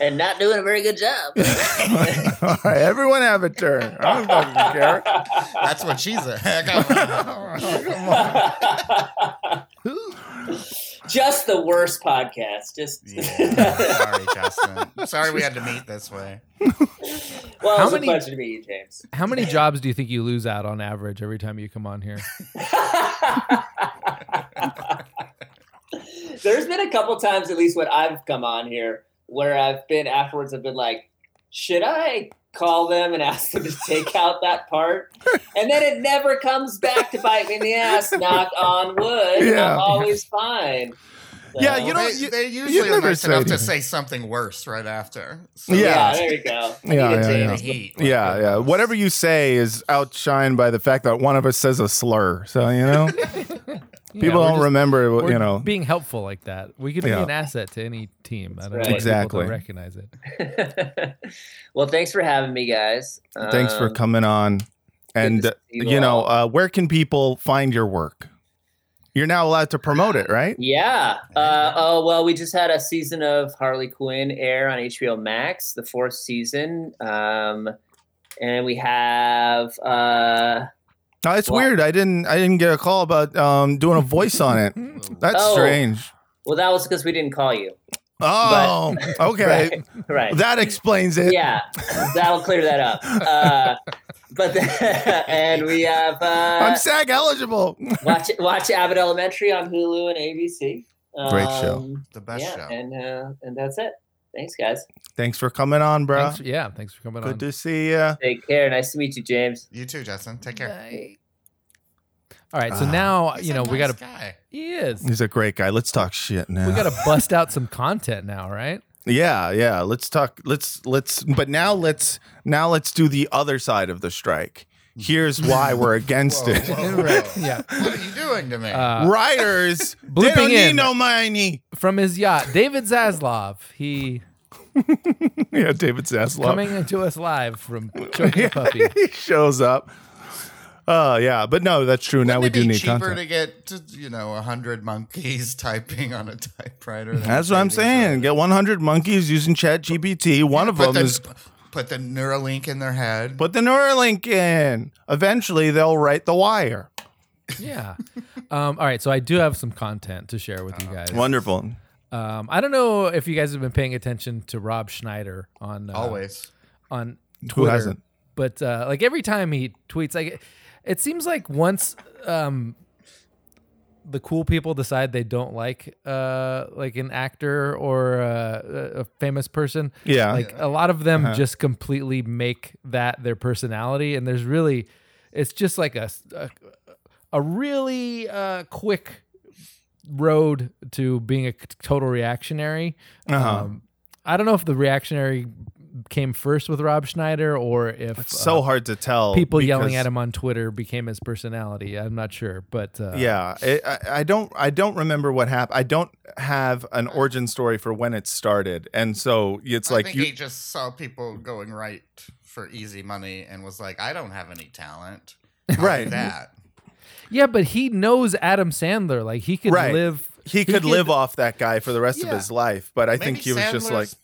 A: And not doing a very good job.
D: All right, everyone have a turn. I don't fucking care.
B: That's what she said. Come on.
A: Just the worst podcast. Just
B: Yeah. Sorry, Justin. Sorry we had to meet this way.
A: well,
C: How
A: it was
C: many-
A: a pleasure to meet you, James.
C: How many jobs do you think you lose out on average every time you come on here?
A: There's been a couple times, at least when I've come on here, where I've been afterwards. I've been like, should I call them and ask them to take out that part? And then it never comes back to bite me in the ass. Knock on wood.
D: Yeah.
A: I'm always fine. So-
D: Yeah, you know,
B: they,
D: you-
B: they usually are
D: never
B: nice
D: say
B: enough to
D: anything.
B: say something worse right after. So
A: yeah.
D: Yeah.
A: There you go.
D: Yeah,
A: Need a
D: yeah,
A: day
D: yeah.
A: to
B: heat.
D: Yeah, yeah. Whatever you say is outshined by the fact that one of us says a slur. So you know,
C: Yeah,
D: people
C: we're
D: don't
C: just-
D: remember. what-
C: we're
D: You know,
C: being helpful like that. We could be
D: Yeah.
C: an asset to any team. I don't know
A: Right.
C: why people
D: Exactly.
C: don't recognize it.
A: well, thanks for having me, guys.
D: thanks for
A: Um,
D: coming on. And
A: see
D: uh,
A: you
D: you know,
A: all.
D: uh, where can people find your work? You're now allowed to promote it, right?
A: Yeah. Uh, oh well, we just had a season of Harley Quinn air on HBO Max, the fourth season, um, and we have uh,
D: No, Oh, it's
A: Well-
D: weird. I didn't. I didn't get a call about um, doing a voice on it. That's
A: Oh.
D: strange.
A: well, that was because we didn't call you,
D: Oh, okay.
A: right?
D: That explains it.
A: yeah, that'll clear that up. Uh, but the, and we have
D: I'm
A: uh,
D: SAG eligible.
A: watch watch Abbott Elementary on Hulu and ABC.
D: Great show.
A: Um,
B: The best
A: yeah,
B: show.
A: and uh, and that's it. Thanks, guys.
D: Thanks for coming on, bro.
C: Thanks for- yeah, thanks for coming on.
D: Good to see you.
A: Take care. Nice to meet you, James.
B: You too, Justin. Take care.
C: All right, so
D: Ah.
C: now
B: He's
C: Uh, you
B: a
C: know we
B: nice
C: got to.
B: guy.
C: He is.
D: He's a great guy. Let's talk shit now.
C: We got to bust out some content now, right?
D: Yeah, yeah. Let's talk. Let's let's. But now let's now let's do the other side of the strike. Here's why we're against
B: Whoa,
D: it.
B: whoa, whoa.
C: Yeah.
B: What are you doing to me?
C: Uh,
D: Writers, they
C: Blooping
D: don't need
C: in.
D: no money.
C: from his yacht, David Zaslav. He
D: Yeah, David Zaslav
C: coming to us live from Choking Puppy.
D: he shows up. Oh yeah, but no, that's true. now we
B: Wouldn't it
D: do
B: be
D: need
B: cheaper
D: content.
B: to get to, you know a hundred monkeys typing on a typewriter. than
D: That's what I'm
B: babies
D: saying. Get 100 monkeys using Chat GPT. One
B: are.
D: of
B: put
D: them
B: the,
D: is
B: put the Neuralink in their head.
D: put the Neuralink in. Eventually, they'll write the wire.
C: Yeah. Um, all right, so I do have some content to share with you guys.
D: Wonderful.
C: Um, I don't know if you guys have been paying attention to Rob Schneider on uh,
B: Always.
C: on
D: Who
C: Twitter.
D: hasn't?
C: But uh, like every time he tweets, like it seems like once um, the cool people decide they don't like uh, like an actor or uh, a- a famous person,
D: Yeah.
C: like a lot of them
D: Uh-huh.
C: just completely make that their personality, and there's really, it's just like a s- a, a really uh, quick road to being a c- total reactionary.
D: Uh-huh.
C: Um, I don't know if the reactionary came first with Rob Schneider or if
D: It's so
C: uh,
D: hard to tell.
C: people yelling
D: because-
C: at him on Twitter became his personality. I'm not sure, but uh,
D: yeah, it, I, I don't. I don't remember what happened. I don't have an origin story for when it started, and so it's
B: I
D: like
B: think
D: you.
B: he just saw people going right for easy money and was like, I don't have any talent. I'll do
D: Right.
B: That.
C: yeah, but he knows Adam Sandler. Like he could
D: Right.
C: live.
D: He could live off that guy for the rest
C: Yeah.
D: of his life, but I think he
B: Maybe
D: was just like,
B: Sandler's-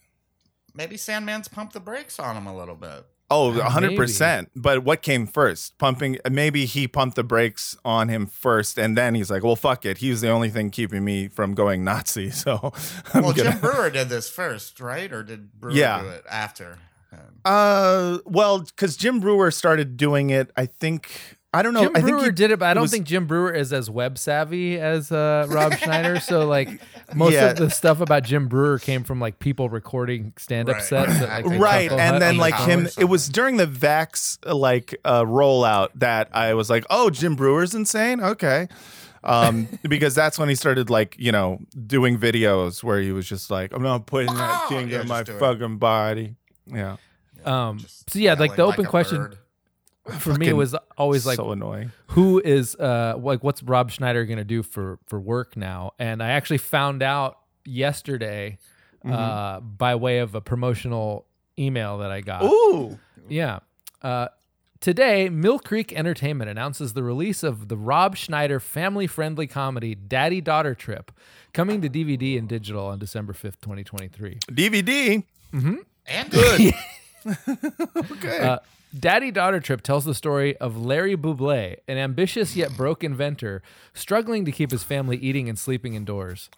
B: Maybe Sandman's pumped the brakes on him a little bit.
D: oh,
C: Maybe.
D: 100%. But what came first? Pumping, uh, maybe he pumped the brakes on him first, and then he's like, well, fuck it. He was the only thing keeping me from going Nazi. So I'm
B: well,
D: going
B: Jim Brewer did this first, right? Or did Brewer
D: Yeah.
B: do it after? Um,
D: Uh, well, because Jim Brewer started doing it, I think. I don't know.
C: Jim
D: I
C: Brewer
D: think he
C: did it, but I don't
D: was-
C: think Jim Brewer is as web savvy as uh, Rob Schneider. So like most
D: Yeah.
C: of the stuff about Jim Brewer came from like people recording stand up
B: Right.
C: sets, at, like, the
D: right
C: Chuckle
D: and
C: Hut on
D: then
C: the
D: like him
B: towers.
D: it was during the vax uh, like uh rollout that i was like oh jim brewer's insane okay um because that's when he started like you know doing videos where he was just like i'm not putting that
B: Oh,
D: thing
B: yeah,
D: in
B: just
D: my
B: do it.
D: fucking body yeah
C: Um,
B: just
C: so yeah, like,
B: yelling
C: the open
B: a
C: question
B: bird.
C: for me
D: Fucking
C: was always like
D: so annoying
C: who is uh like what's Rob Schneider gonna do for for work now? And I actually found out yesterday
D: Mm-hmm.
C: uh by way of a promotional email that I
D: Mm-hmm.
C: got.
D: ooh
C: Yeah. Uh, today, Mill Creek Entertainment announces the release of the Rob Schneider family friendly comedy Daddy Daughter Trip, coming to DVD and digital on December 5th, 2023.
D: dvd
B: And good.
D: okay
C: Uh, Daddy Daughter Trip tells the story of Larry Buble, an ambitious yet broke inventor, struggling to keep his family eating and sleeping indoors.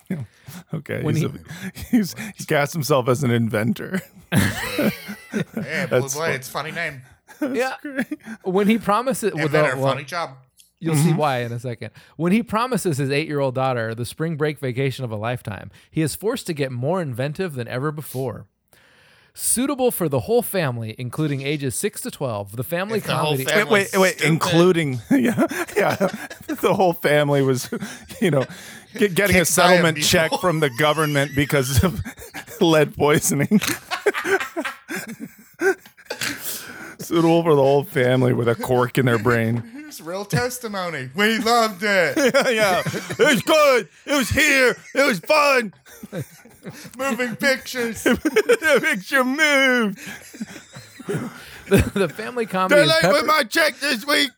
D: okay
C: when
D: he's,
C: he-
D: a, he's he's cast himself as an inventor
B: yeah, Blue
D: That's
B: Blade. It's a funny name.
C: yeah.
D: Great.
C: When he promises,
B: And
C: well,
B: better,
C: well,
B: funny job.
C: You'll see why in a second. When he promises his eight year old daughter the spring break vacation of a lifetime, he is forced to get more inventive than ever before. Suitable for the whole family, including ages 6 to 12, the family
B: If the whole
C: comedy.
B: fam-
D: Wait, wait, wait,
B: Stupid.
D: including yeah, yeah, the whole family was, you know, get, getting a
B: Kicked by him
D: settlement check
B: before.
D: from the government because of lead poisoning. Suitable for the whole family with a cork in their brain.
B: Here's real testimony. We loved it.
D: yeah, it was good. It was here. It was fun.
B: Moving pictures.
D: the picture moved.
C: the, family comedy.
D: They're
C: is
D: late
C: peppered-
D: with my check this week.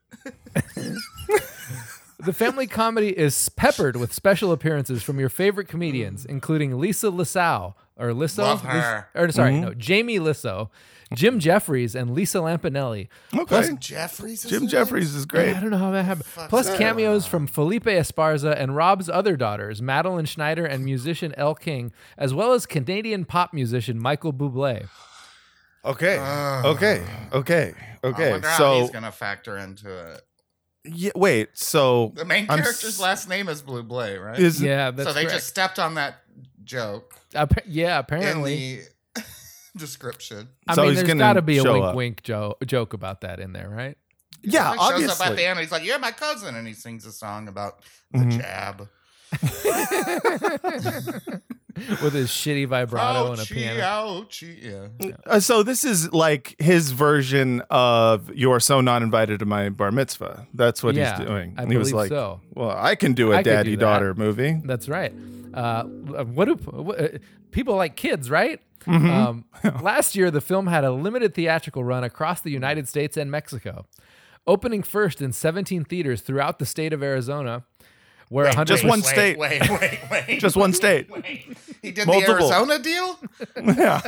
C: The family comedy is peppered with special appearances from your favorite comedians, including Lisa Lissau or Lisso,
B: Mm. Love her. Mm-hmm.
C: Lis- or sorry, no, Jamie Lisso, Jim Jeffries, and Lisa Lampanelli.
D: Okay,
B: Jeffries. is
D: Jim
B: in it?
D: Jeffries is great.
C: I don't know how that happened. Plus cameos from Felipe Esparza and Rob's other daughters, Madeline Schneider and musician El King, as well as Canadian pop musician Michael Bublé.
D: Okay.
B: Ah.
D: Uh, okay. Okay.
B: I
D: Okay.
B: wonder how
D: So
B: he's gonna factor into it.
D: yeah, wait. So
B: The main
D: I'm
B: character's
D: s-
B: last name is Blue Blay, right?
D: is
C: Yeah, that's
B: so they
C: correct.
B: just stepped on that joke
C: Appa- yeah, apparently.
B: in the description.
C: I
D: So
C: mean,
D: he's
C: there's
D: gonna
C: got to be a
D: show
C: wink,
D: up.
C: wink jo- joke about that in there, right?
D: yeah,
B: He shows up at
D: obviously.
B: the end. and He's like, "You're my cousin," and he sings a song about the
D: Mhm.
B: jab.
C: With his shitty
B: Oh,
C: vibrato and a
B: Ouchie,
C: piano.
B: ouchie, oh, yeah.
D: Uh, so this is like his version of "You're so not invited to my bar mitzvah." That's what
C: Yeah,
D: he's doing.
C: I
D: And he was
C: believe
D: like,
C: so.
D: "Well, I can do a
C: I could do that."
D: daddy daughter movie."
C: That's right. Uh, what do what, uh, people like kids, right?
D: Mm-hmm.
C: Um, last year, the film had a limited theatrical run across the United States and Mexico, opening first in 17 theaters throughout the state of Arizona, where a 100
D: just one
B: wait,
D: state.
B: Wait, wait, wait.
D: Just one state.
B: he did
D: Multiple.
B: the Arizona deal.
D: yeah,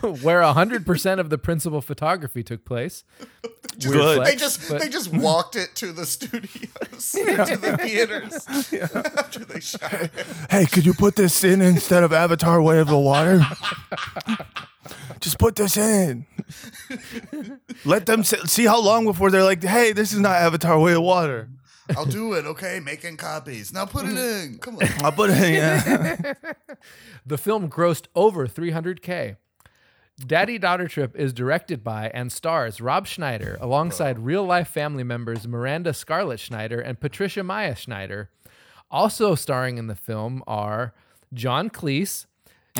C: where 100 percent of the principal photography took place. Weird
D: Good.
C: flex,
B: They just
C: but-
B: they just walked it to the studios, to the theaters after they shot it.
D: hey, could you put this in instead of Avatar: Way of the Water? Just put this in. Let them se- see how long before they're like, "Hey, this is not Avatar: Way of Water."
B: I'll do it. Okay, making copies. Now put it
D: Mm-hmm.
B: in. Come on.
D: I put it. Yeah.
C: The film grossed over 300K. Daddy Daughter Trip is directed by and stars Rob Schneider alongside real life family members Miranda Scarlett Schneider and Patricia Maya Schneider. Also starring in the film are John Cleese,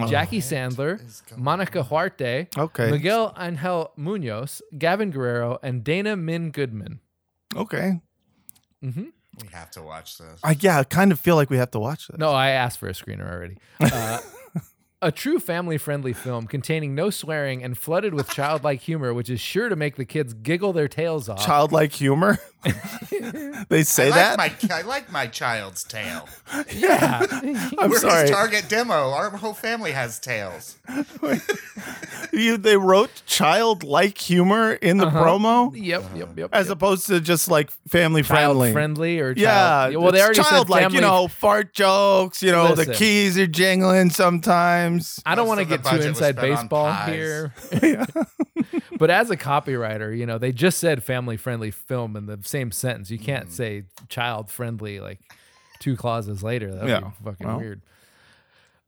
C: Jackie Sandler, Monica Huarte,
D: Okay.
C: Miguel Angel Munoz, Gavin Guerrero, and Dana Min Goodman.
D: Okay.
C: hmm
B: We have to watch this.
D: I, yeah, I kind of feel like we have to watch this.
C: No, I asked for a screener already. Uh, a true family friendly film containing no swearing and flooded with childlike humor, which is sure to make the kids giggle their tails off.
D: Childlike humor. they say
B: I
D: that.
B: like my I like my child's tail.
C: yeah.
D: I'm
B: We're
D: sorry.
B: his target demo. Our whole family has tails.
D: you, they wrote childlike humor in the
C: Uh-huh.
D: promo
C: yep, yep, yep.
D: as
C: yep.
D: opposed to just like family
C: child
D: friendly.
C: or
D: Yeah,
C: child, well, they
D: it's
C: already
D: childlike.
C: said family.
D: You know, fart jokes. You know,
C: Listen.
D: the keys are jingling sometimes.
C: I don't
B: Most
C: want to
B: of the
C: get too
B: budget was
C: inside
B: spent on
C: baseball
B: pies.
C: here, but as a copywriter, you know they just said family-friendly film in the same sentence. You can't
B: Hmm.
C: say child-friendly like two clauses later. That would
D: Yeah,
C: be fucking
D: well.
C: weird.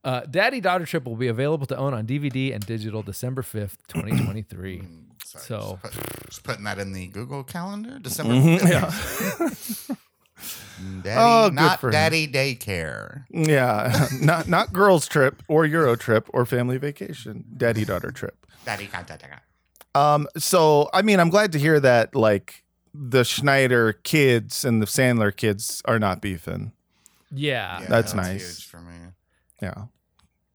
C: Uh, Daddy Daughter Trip will be available to own on DVD and digital December fifth, twenty twenty-three.
B: Sorry,
D: Oh.
C: So-
B: just, put- just putting that in the Google calendar. December.
D: Mm-hmm.
B: Daddy,
D: Oh, good
B: not
D: for him.
B: daddy daycare.
D: Yeah, not not girls trip or Euro trip or family vacation, daddy daughter trip.
B: Daddy, da, da, da, da.
D: Um, so I mean, I'm glad to hear that like the Schneider kids and the Sandler kids are not beefing.
C: Yeah,
B: Yeah,
D: That's nice.
B: Huge for me.
D: Yeah,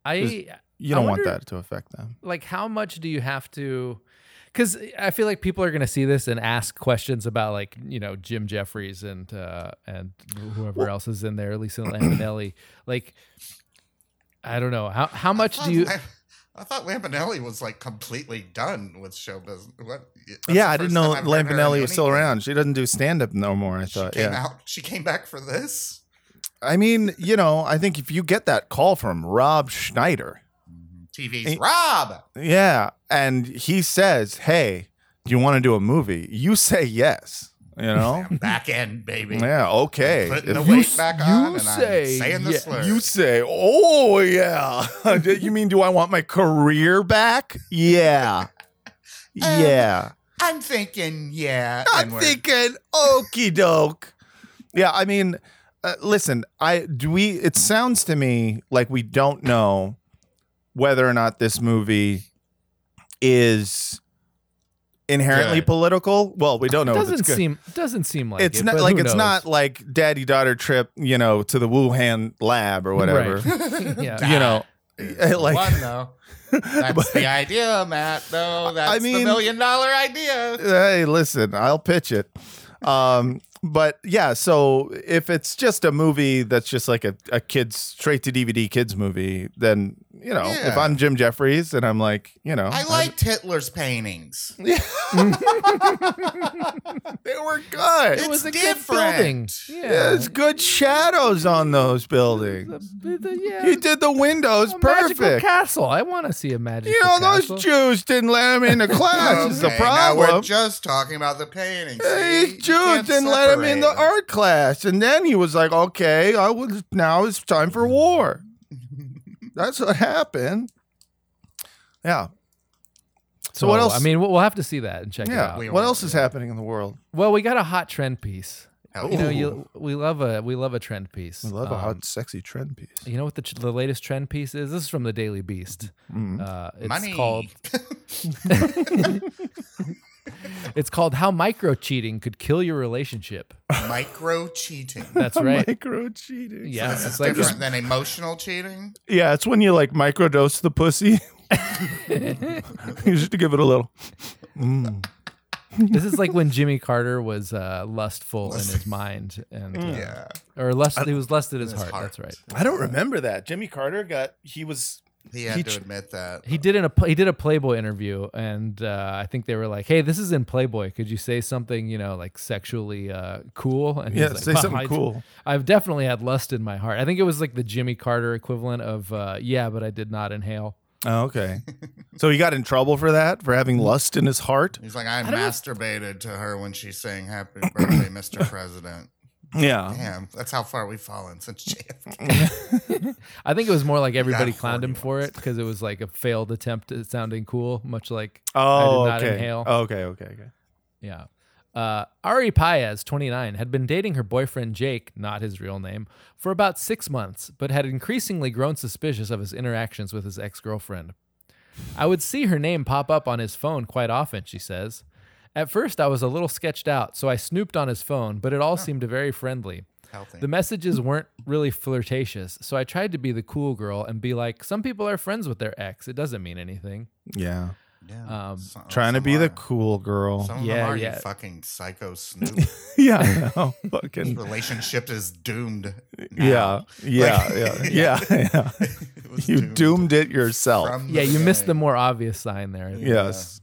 C: I
D: you
C: I
D: don't want
C: wonder-
D: that to affect them.
C: like how much do you have to because i feel like people are going to see this and ask questions about like you know jim jeffries and uh and whoever else is in there lisa lampanelli like i don't know how how much
B: I
C: do you
B: thought- I, I thought Lampanelli was like completely done with show business. What, that's the
D: yeah, I didn't
B: first
D: know
B: time I've heard her in
D: Lampanelli was still
B: anything.
D: around. She doesn't do stand up no more. I
B: She
D: thought.
B: came
D: Yeah.
B: out. She came back for this.
D: I mean, you know, I think if you get that call from Rob Schneider,
B: TV's
D: Ain't-
B: Rob.
D: yeah, and he says, "Hey, do you want to do a movie?" You say yes. You know?
B: Back end, baby.
D: yeah. Okay.
B: Putting
D: If
B: the
D: you
B: weight
D: s-
B: back
C: you
B: on. and
C: say
B: I'm saying the
C: yeah,
B: slur.
D: You say, "Oh yeah." you mean do I want my career back? Yeah.
B: Eh,
D: yeah.
B: I'm thinking, yeah.
D: I'm
B: and we're-
D: thinking okey doke. Yeah, I mean, uh, listen, I do we it sounds to me like we don't know whether or not this movie is inherently
B: Good.
D: political. Well, we don't know. if
C: doesn't
D: it's good
C: seem doesn't seem like
D: it's
C: it,
D: not
C: but
D: like
C: who
D: it's
C: knows?
D: not like daddy daughter trip, you know, to the Wuhan lab or whatever.
C: Yeah.
D: You know, like-
B: one though. That's
D: But-
B: the idea, Matt. Though that's the
D: mean-
B: million dollar idea.
D: hey, listen, I'll pitch it. Um, but yeah, so if it's just a movie that's just like a, a kids straight to DVD kids movie, then you know, if
B: Yeah.
D: I'm Jim Jeffries and I'm like, you know,
B: I liked Hitler's paintings.
D: they were good.
B: It's
C: It was a
B: different.
C: good building. Yeah.
D: There's good shadows on those buildings.
C: The- the- yeah.
D: He did the windows
C: A magical
D: perfect.
C: castle. I want to see a magical
D: You know, those
C: castle.
D: Jews didn't let him into class. is the
B: Okay, Now we're
D: problem.
B: just talking about the paintings. See?
D: These
B: You
D: Jews
B: can't
D: didn't let him in the
B: separate
D: art class, and then he was like, "Okay, I was now it's time for war." That's what happened. Yeah.
C: so
D: what else-
C: I mean, we'll, we'll have to see that and check
D: Yeah.
C: it out.
B: We
D: what
B: will,
D: else is
B: yeah.
D: happening in the world?
C: Well, we got a hot trend piece.
B: them.
C: You know,
B: Ooh.
C: you we love a we love a trend piece.
D: We love a
C: Um,
D: hot, sexy trend piece.
C: You know what the, the latest trend piece is? This is from the Daily Beast.
D: Mm.
C: Uh, it's
B: money.
C: called it's called How Micro Cheating Could Kill Your Relationship.
B: micro cheating.
C: That's right.
D: Micro cheating.
C: yeah,
B: This is
C: it's like
B: different than emotional cheating.
D: Yeah, it's when you like microdose the pussy. you just give it a little. Mm.
C: this is like when Jimmy Carter was uh, lustful in his mind and
D: Mm.
C: uh,
B: Yeah.
C: or lust he was lusted his
B: His
C: heart.
B: heart.
C: That's right.
D: I don't remember that. Jimmy Carter got he was
B: He had
D: He
B: to
D: ch-
B: admit that.
C: He did in a pl- he did a Playboy interview, and uh, I think they were like, "Hey, this is in Playboy. Could you say something, you know, like sexually uh, cool?" And he
D: yeah,
C: was like,
D: say
C: "Wow,
D: something
C: I-
D: cool.
C: I've definitely had lust in my heart. I think it was like the Jimmy Carter equivalent of uh, "Yeah, but I did not inhale."
D: Oh, okay. so he got in trouble for that, for
B: Mm-hmm.
D: having lust in his heart.
B: He's like, I, masturbated to her when she sang "Happy Birthday, Mr. President."
C: Um,
D: Yeah.
B: Damn, that's how far we've fallen since JFK.
C: I think it was more like everybody clowned
B: horny
C: him for it because it was like a failed attempt at sounding cool, much like
D: Oh,
C: I did not
D: okay.
C: inhale.
D: Okay, okay, okay.
C: Yeah. Uh, Ari Paez, 29, had been dating her boyfriend Jake, not his real name, for about six months, but had increasingly grown suspicious of his interactions with his ex girlfriend. I would see her name pop up on his phone quite often, she says. At first, I was a little sketched out, so I snooped on his phone, but it all seemed very friendly.
B: Healthy.
C: The messages weren't really flirtatious, so I tried to be the cool girl and be like, some people are friends with their ex. It doesn't mean anything.
D: Yeah.
B: Yeah,
C: um,
B: some-
D: Trying to
B: some
D: be the
B: are.
D: cool girl.
B: Oh, Some of
C: Yeah,
B: them are
C: yeah.
B: you fucking psycho snoop.
D: yeah, I know.
B: This
D: Fucking
B: relationship is doomed. now.
D: yeah, yeah, yeah,
B: Like-
D: yeah, yeah.
B: It was
D: You doomed it yourself.
B: from the
C: Yeah, you missed the
B: beginning.
C: more obvious sign there.
D: yes.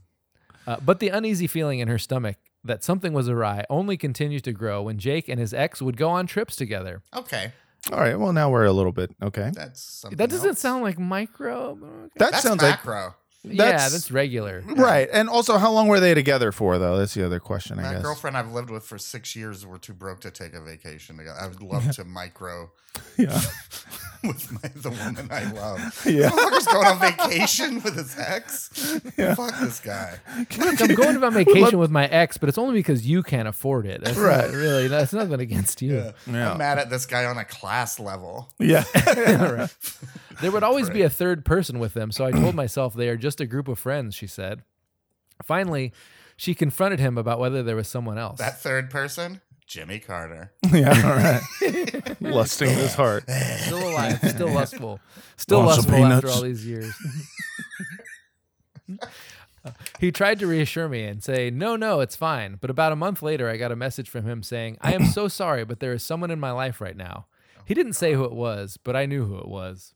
C: Uh, but the uneasy feeling in her stomach that something was awry only continued to grow when Jake and his ex would go on trips together.
B: Okay,
D: All right. Well, now we're a little bit okay.
B: that's something
C: that doesn't
B: else.
C: sound like micro.
D: That
B: That's
D: sounds
B: macro.
C: yeah,
D: that's-
C: that's regular.
D: like right. And also, how long were they together for, though? That's the other question, I
B: My
D: guess.
B: girlfriend I've lived with for six years. We're too broke to take a vacation together. I would love to micro
D: Yeah.
B: with my, the woman I love.
D: Yeah.
B: Yeah, motherfucker's going on vacation with his ex. Fuck this guy.
C: Look, I'm going on vacation with my ex, but it's only because you can't afford it. That's
D: Right.
C: Not really, that's nothing against you.
D: Yeah.
B: I'm mad at this guy on a class level.
D: Yeah.
C: There would always be a third person with them, so I told myself they are just a group of friends, she said. Finally, she confronted him about whether there was someone else.
B: That third person, Jimmy Carter.
D: yeah. All right. Lusting his heart.
C: Still alive, still lustful, still
D: Want some
C: lustful after
D: peanuts?
C: all these years. he tried to reassure me and say, "No, no, it's fine." But about a month later, I got a message from him saying, "I am so sorry, but there is someone in my life right now." He didn't say who it was, but I knew who it was.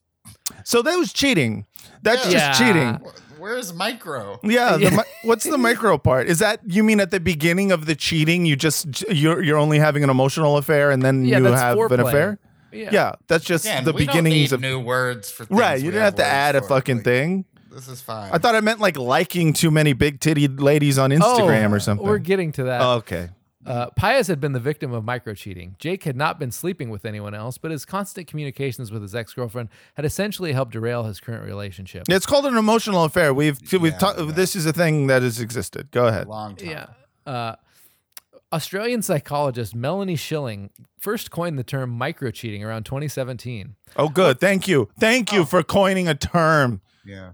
D: So that was cheating. That's
C: Yeah.
D: just cheating.
B: Wh- Where's micro?
D: Yeah. The
C: Yeah.
D: mi- what's the micro part? Is that you mean at the beginning of the cheating? You just you're you're only having an emotional affair, and then
C: Yeah,
D: you
C: that's
D: have an
C: foreplay.
D: affair. Yeah. that's just
B: Damn,
D: the
B: we don't
D: beginnings
B: need
D: of.
B: new words for things
D: Right, you
B: we
D: didn't have to
B: words
D: add a
B: for.
D: fucking
B: Like,
D: thing.
B: This is fine.
D: I thought I meant like liking too many big titty ladies on Instagram
C: Oh,
D: or something.
C: We're getting to that.
D: Oh, okay.
C: Uh, Pius had been the victim of micro cheating. Jake had not been sleeping with anyone else, but his constant communications with his ex girlfriend had essentially helped derail his current relationship.
D: It's called an emotional affair. We've we've
B: Yeah,
D: talked.
B: right.
D: This is a thing that has existed. Go ahead.
B: Long time.
C: Yeah. Uh, Australian psychologist Melanie Schilling first coined the term micro cheating around 2017.
D: Oh, good. Thank you. Thank
C: Oh.
D: you for coining a term.
B: Yeah.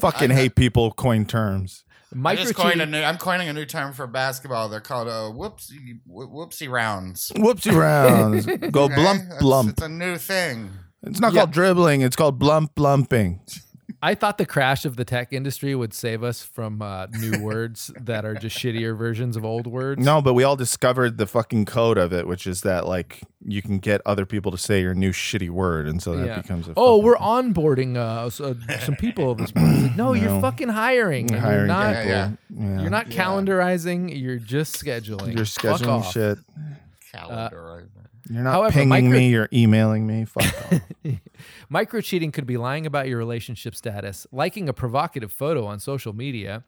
D: Fucking hate people coin terms.
B: I
C: Micro
B: just coined a new, I'm coining a new term for basketball. They're called uh, whoopsie wh- whoopsie rounds.
D: Whoopsie rounds. Go
B: Okay?
D: Oh, blump
B: That's-
D: blump.
B: It's a new thing.
D: It's not
C: Yeah.
D: called dribbling. It's called blump blumping.
C: I thought the crash of the tech industry would save us from uh, new words that are just shittier versions of old words.
D: No, but we all discovered the fucking code of it, which is that like you can get other people to say your new shitty word, and so that
C: Yeah.
D: becomes a.
C: Oh,
D: fucking-
C: we're onboarding uh, s- uh, some people of this. morning. It's like, no, you're
D: No.
C: fucking hiring. and you're
D: hiring
C: not.
B: guys.
D: people.
B: Yeah,
D: Yeah.
C: You're not
B: Yeah.
C: calendarizing. You're just scheduling.
D: You're
C: Fuck
D: scheduling
C: off.
D: shit.
B: Calendar.
D: You're not
C: However,
D: pinging
C: micro-
D: me. You're emailing me. Fuck off.
C: Micro cheating could be lying about your relationship status, liking a provocative photo on social media,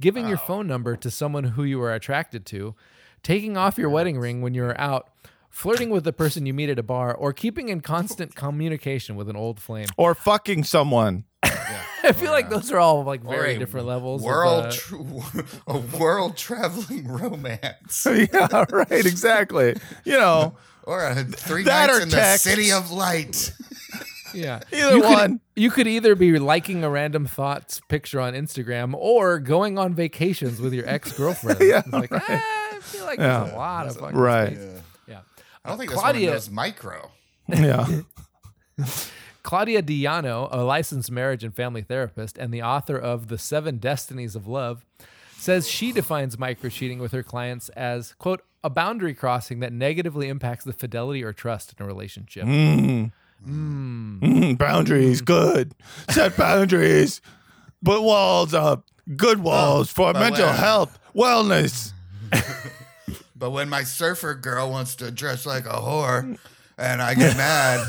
C: giving your phone number to someone who you are attracted to, taking off your wedding ring when you are out, flirting with the person you meet at a bar, or keeping in constant communication with an old flame.
D: or fucking someone.
C: I feel like
B: Yeah.
C: those are all like
B: Or
C: very
B: a
C: different levels. of, uh,
B: World, tr- a world traveling romance,
D: yeah, right. Exactly. You know,
B: or a three
D: That
B: nights
D: or
B: in
D: text.
B: the city of light.
C: yeah.
D: either
C: You could-
D: one.
C: You could either be liking a random thoughts picture on Instagram or going on vacations with your ex girlfriend.
D: Yeah,
C: it's like, ah, I feel like there's
D: Yeah.
C: a lot of fucking
D: Right.
C: space. Yeah.
B: I don't think this
C: Claudia-
B: one knows micro.
D: yeah.
C: Claudia Diano, a licensed marriage and family therapist and the author of The Seven Destinies of Love, says she defines micro cheating with her clients as, quote, a boundary crossing that negatively impacts the fidelity or trust in a relationship.
D: Mm,
C: Mm.
D: mm, boundaries. Good. Set boundaries. Put walls up.
B: Oh,
D: Good walls for
B: but
D: mental
B: where?
D: health, wellness.
B: But when my surfer girl wants to dress like a whore, and I get mad,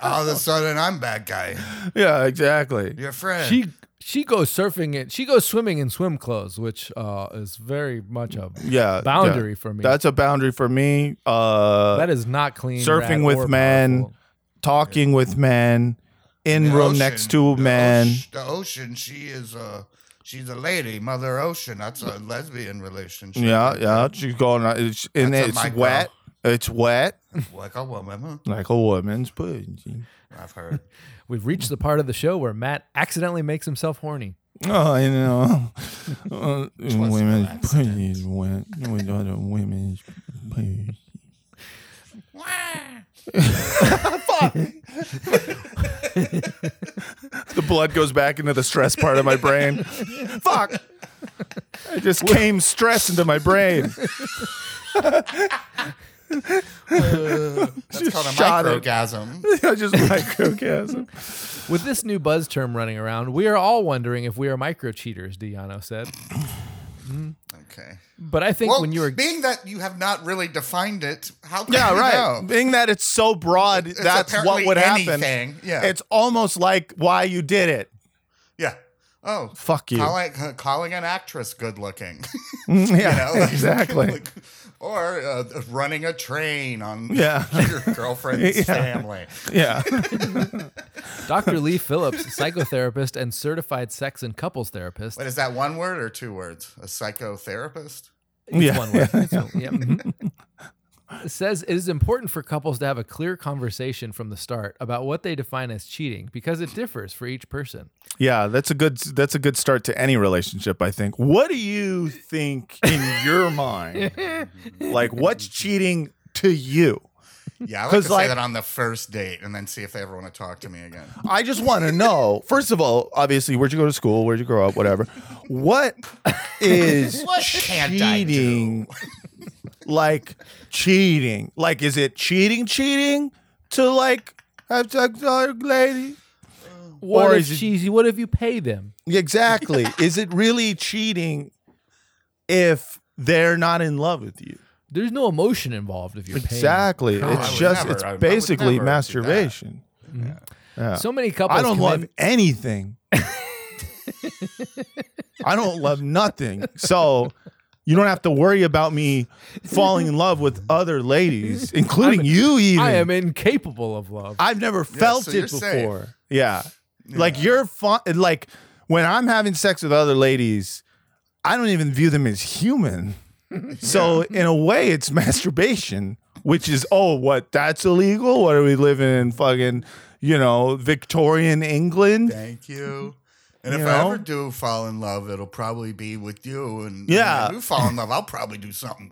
B: all of a sudden I'm bad guy.
D: Yeah, exactly.
B: Your friend.
C: She she goes surfing and she goes swimming in swim clothes, which uh, is very much a
D: Yeah.
C: boundary
D: yeah.
C: for me.
D: That's a boundary for me. Uh,
C: that is not clean.
D: surfing
C: rad,
D: with
C: or
D: men.
C: powerful.
D: talking with men, in
B: The
D: room
B: ocean.
D: next to
B: The
D: men.
B: oce- The ocean. She is a. She's a lady, Mother Ocean. That's a lesbian relationship.
D: Yeah, yeah. She's going. uh, It's and
B: That's a
D: it's
B: micro.
D: wet. It's wet
B: Like a woman. Huh?
D: like a woman's pussy.
B: I've heard.
C: We've reached the part of the show where Matt accidentally makes himself horny.
D: Oh, you know, uh,
B: an
D: women's
B: accident.
D: pussy is wet. We got a women's pussy. The blood goes back into the stress part of my brain. Fuck. I just came stress into my brain.
B: That's called a
D: shot it.
B: microgasm.
D: I just microchasm.
C: With this new buzz term running around, we are all wondering if we are micro cheaters, Diano said.
B: Okay.
C: But I think
B: Well,
C: when you were
B: being that you have not really defined it, how can
D: Yeah,
B: you
D: right.
B: know?
D: Being that it's so broad,
B: It's
D: that's what
B: apparently
D: would happen.
B: anything. Yeah.
D: It's almost like why you did it.
B: yeah. Oh,
D: Fuck you.
B: calling calling an actress good looking.
D: Mm,
B: you
D: yeah,
B: know, like-
D: exactly.
B: like- or uh, running a train on
D: Yeah.
B: your girlfriend's
D: Yeah.
B: family.
D: Yeah.
C: Dr. Lee Phillips, psychotherapist and certified sex and couples therapist,
B: What is that? One word or two words? A psychotherapist.
C: It's
D: Yeah,
C: one word.
D: yeah,
C: It's one- yeah, mhm. It says it is important for couples to have a clear conversation from the start about what they define as cheating because it differs for each person.
D: Yeah, that's a good that's a good start to any relationship, I think. What do you think in your mind? Like what's cheating to you?
B: Yeah, I like
D: 'Cause,
B: to
D: like-
B: say that on the first date, and then see if they ever want to talk to me again.
D: I just want to know. First of all, obviously, where'd you go to school? Where'd you grow up? Whatever. What is
B: What can't I do?
D: cheating? Like cheating? Like is it cheating? Cheating to like have sex with another lady?
C: What
D: Or
C: if
D: is it-
C: cheesy? What if you pay them?
D: Exactly. is it really cheating if they're not in love with you?
C: There's no emotion involved if you're paying.
D: Exactly.
B: No, I
D: it's
B: would
D: just
B: never.
D: it's
B: I would never
D: basically
B: do that.
D: masturbation.
C: Mhm.
D: Yeah.
C: So many couples.
D: I don't
C: come
D: love
C: in-
D: anything. I don't love nothing. So You don't have to worry about me falling in love with other ladies, including
C: I'm-
D: you. Even
C: I am incapable of love.
D: I've never felt
B: so
D: it
B: you're safe.
D: before. Yeah. Like you're fun. Like when I'm having sex with other ladies, I don't even view them as human. So in a way, it's masturbation, which is oh, what that's illegal. What are we living in fucking, you know, Victorian England?
B: Thank you. And
D: You
B: if I
D: know?
B: ever do fall in love, it'll probably be with you. And
D: Yeah.
B: when I do fall in love, I'll probably do something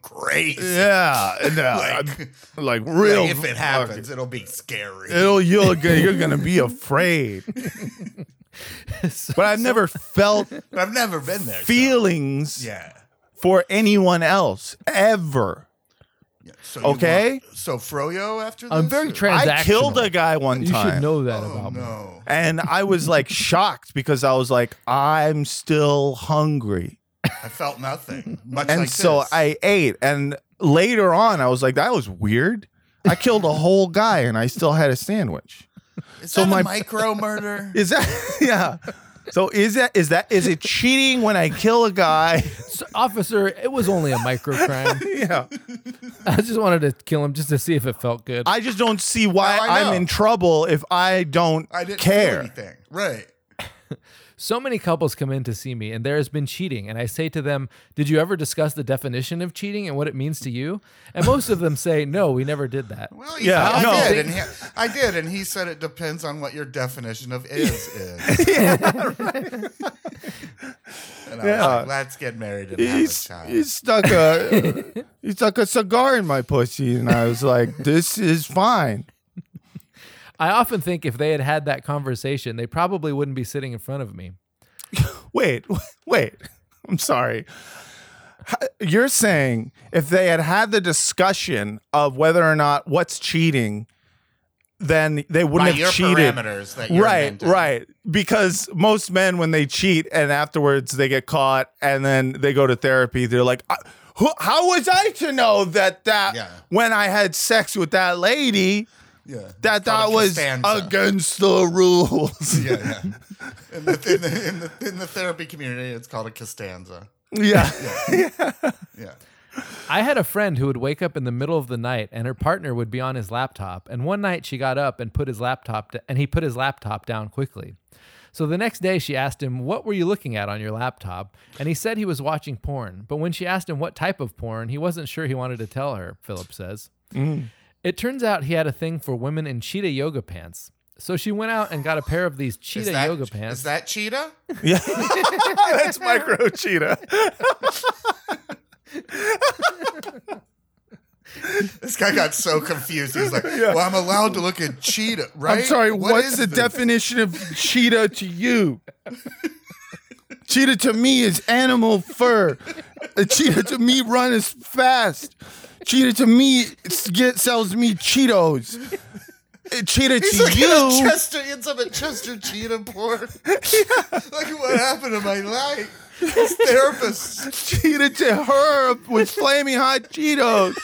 B: crazy.
D: Yeah, and, uh,
B: Like,
D: like, real.
B: like, if it happens,
D: fucking-
B: it'll be scary.
D: it'll you're gonna, you're gonna be afraid. But I've never felt
B: But I've never been there. so-
D: feelings
B: yeah.
D: for anyone else ever.
B: yeah. So you
D: Okay?
B: want- so Froyo after this?
C: I'm very
B: or-
C: trans.
D: I killed a guy one
C: You
D: time.
C: should know that
B: Oh
C: about me.
B: no.
D: And I was like shocked because I was like, I'm still hungry.
B: I felt nothing. Much
D: And
B: like
D: so
B: this.
D: I ate. And later on, I was like, that was weird. I killed a whole guy and I still had a sandwich.
B: Is
D: so
B: that
D: my-
B: a micro murder?
D: Is that, yeah. So is that, is that, is it cheating when I kill a guy?
C: S- Officer, it was only a micro crime.
D: yeah.
C: I just wanted to kill him just to see if it felt good.
D: I just don't see why
B: No, I know.
D: I'm in trouble if I don't
B: I didn't care.
D: care.
B: anything. Right.
C: so many couples come in to see me, and there has been cheating. And I say to them, Did you ever discuss the definition of cheating and what it means to you? And most of them say, No, we never did that.
B: Well,
D: Yeah,
B: yeah, I,
D: no.
B: did, and he, I did, and he said it depends on what your definition of is is. And I was
D: Yeah.
B: like, let's get married and have a
D: He's,
B: child.
D: he stuck a he stuck a cigar in my pussy, and I was like, "This is fine."
C: I often think if they had had that conversation, they probably wouldn't be sitting in front of me.
D: Wait, wait. I'm sorry. H- You're saying if they had had the discussion of whether or not what's cheating, then they
B: By
D: wouldn't
B: your
D: have cheated.
B: parameters that you're
D: Right,
B: meant to-
D: right. Because most men, when they cheat and afterwards they get caught and then they go to therapy, they're like, "I- who, "How was I to know that that
B: Yeah.
D: when I had sex with that lady
B: Yeah.
D: that
B: It's called
D: that was
B: Costanza.
D: against the rules?"
B: Yeah, yeah. In the, in, the, in, the, in the therapy community, it's called a Costanza.
D: yeah.
B: Yeah.
C: I had a friend who would wake up in the middle of the night and her partner would be on his laptop. And one night she got up and put his laptop d- and he put his laptop down quickly. So the next day she asked him, "What were you looking at on your laptop?" And he said he was watching porn. But when she asked him what type of porn, he wasn't sure he wanted to tell her, Philip says.
B: Mm.
C: It turns out he had a thing for women in cheetah yoga pants. So she went out and got a pair of these
B: Is
C: cheetah
B: that-
C: yoga pants.
B: Is that cheetah?
D: Yeah. That's micro cheetah.
B: This guy got so confused. He's like, well, I'm allowed to look at cheetah, right?
D: I'm sorry, what's
B: is
D: the
B: this?
D: definition of cheetah to you? cheetah to me is animal fur. A cheetah to me run is fast. Cheetah to me s- get, sells me Cheetos. A Cheetah
B: He's
D: to
B: like
D: you.
B: in a Chester, he ends up at Chester Cheetah porn. like, what happened to my life? This therapist.
D: cheetah to her with flaming hot Cheetos.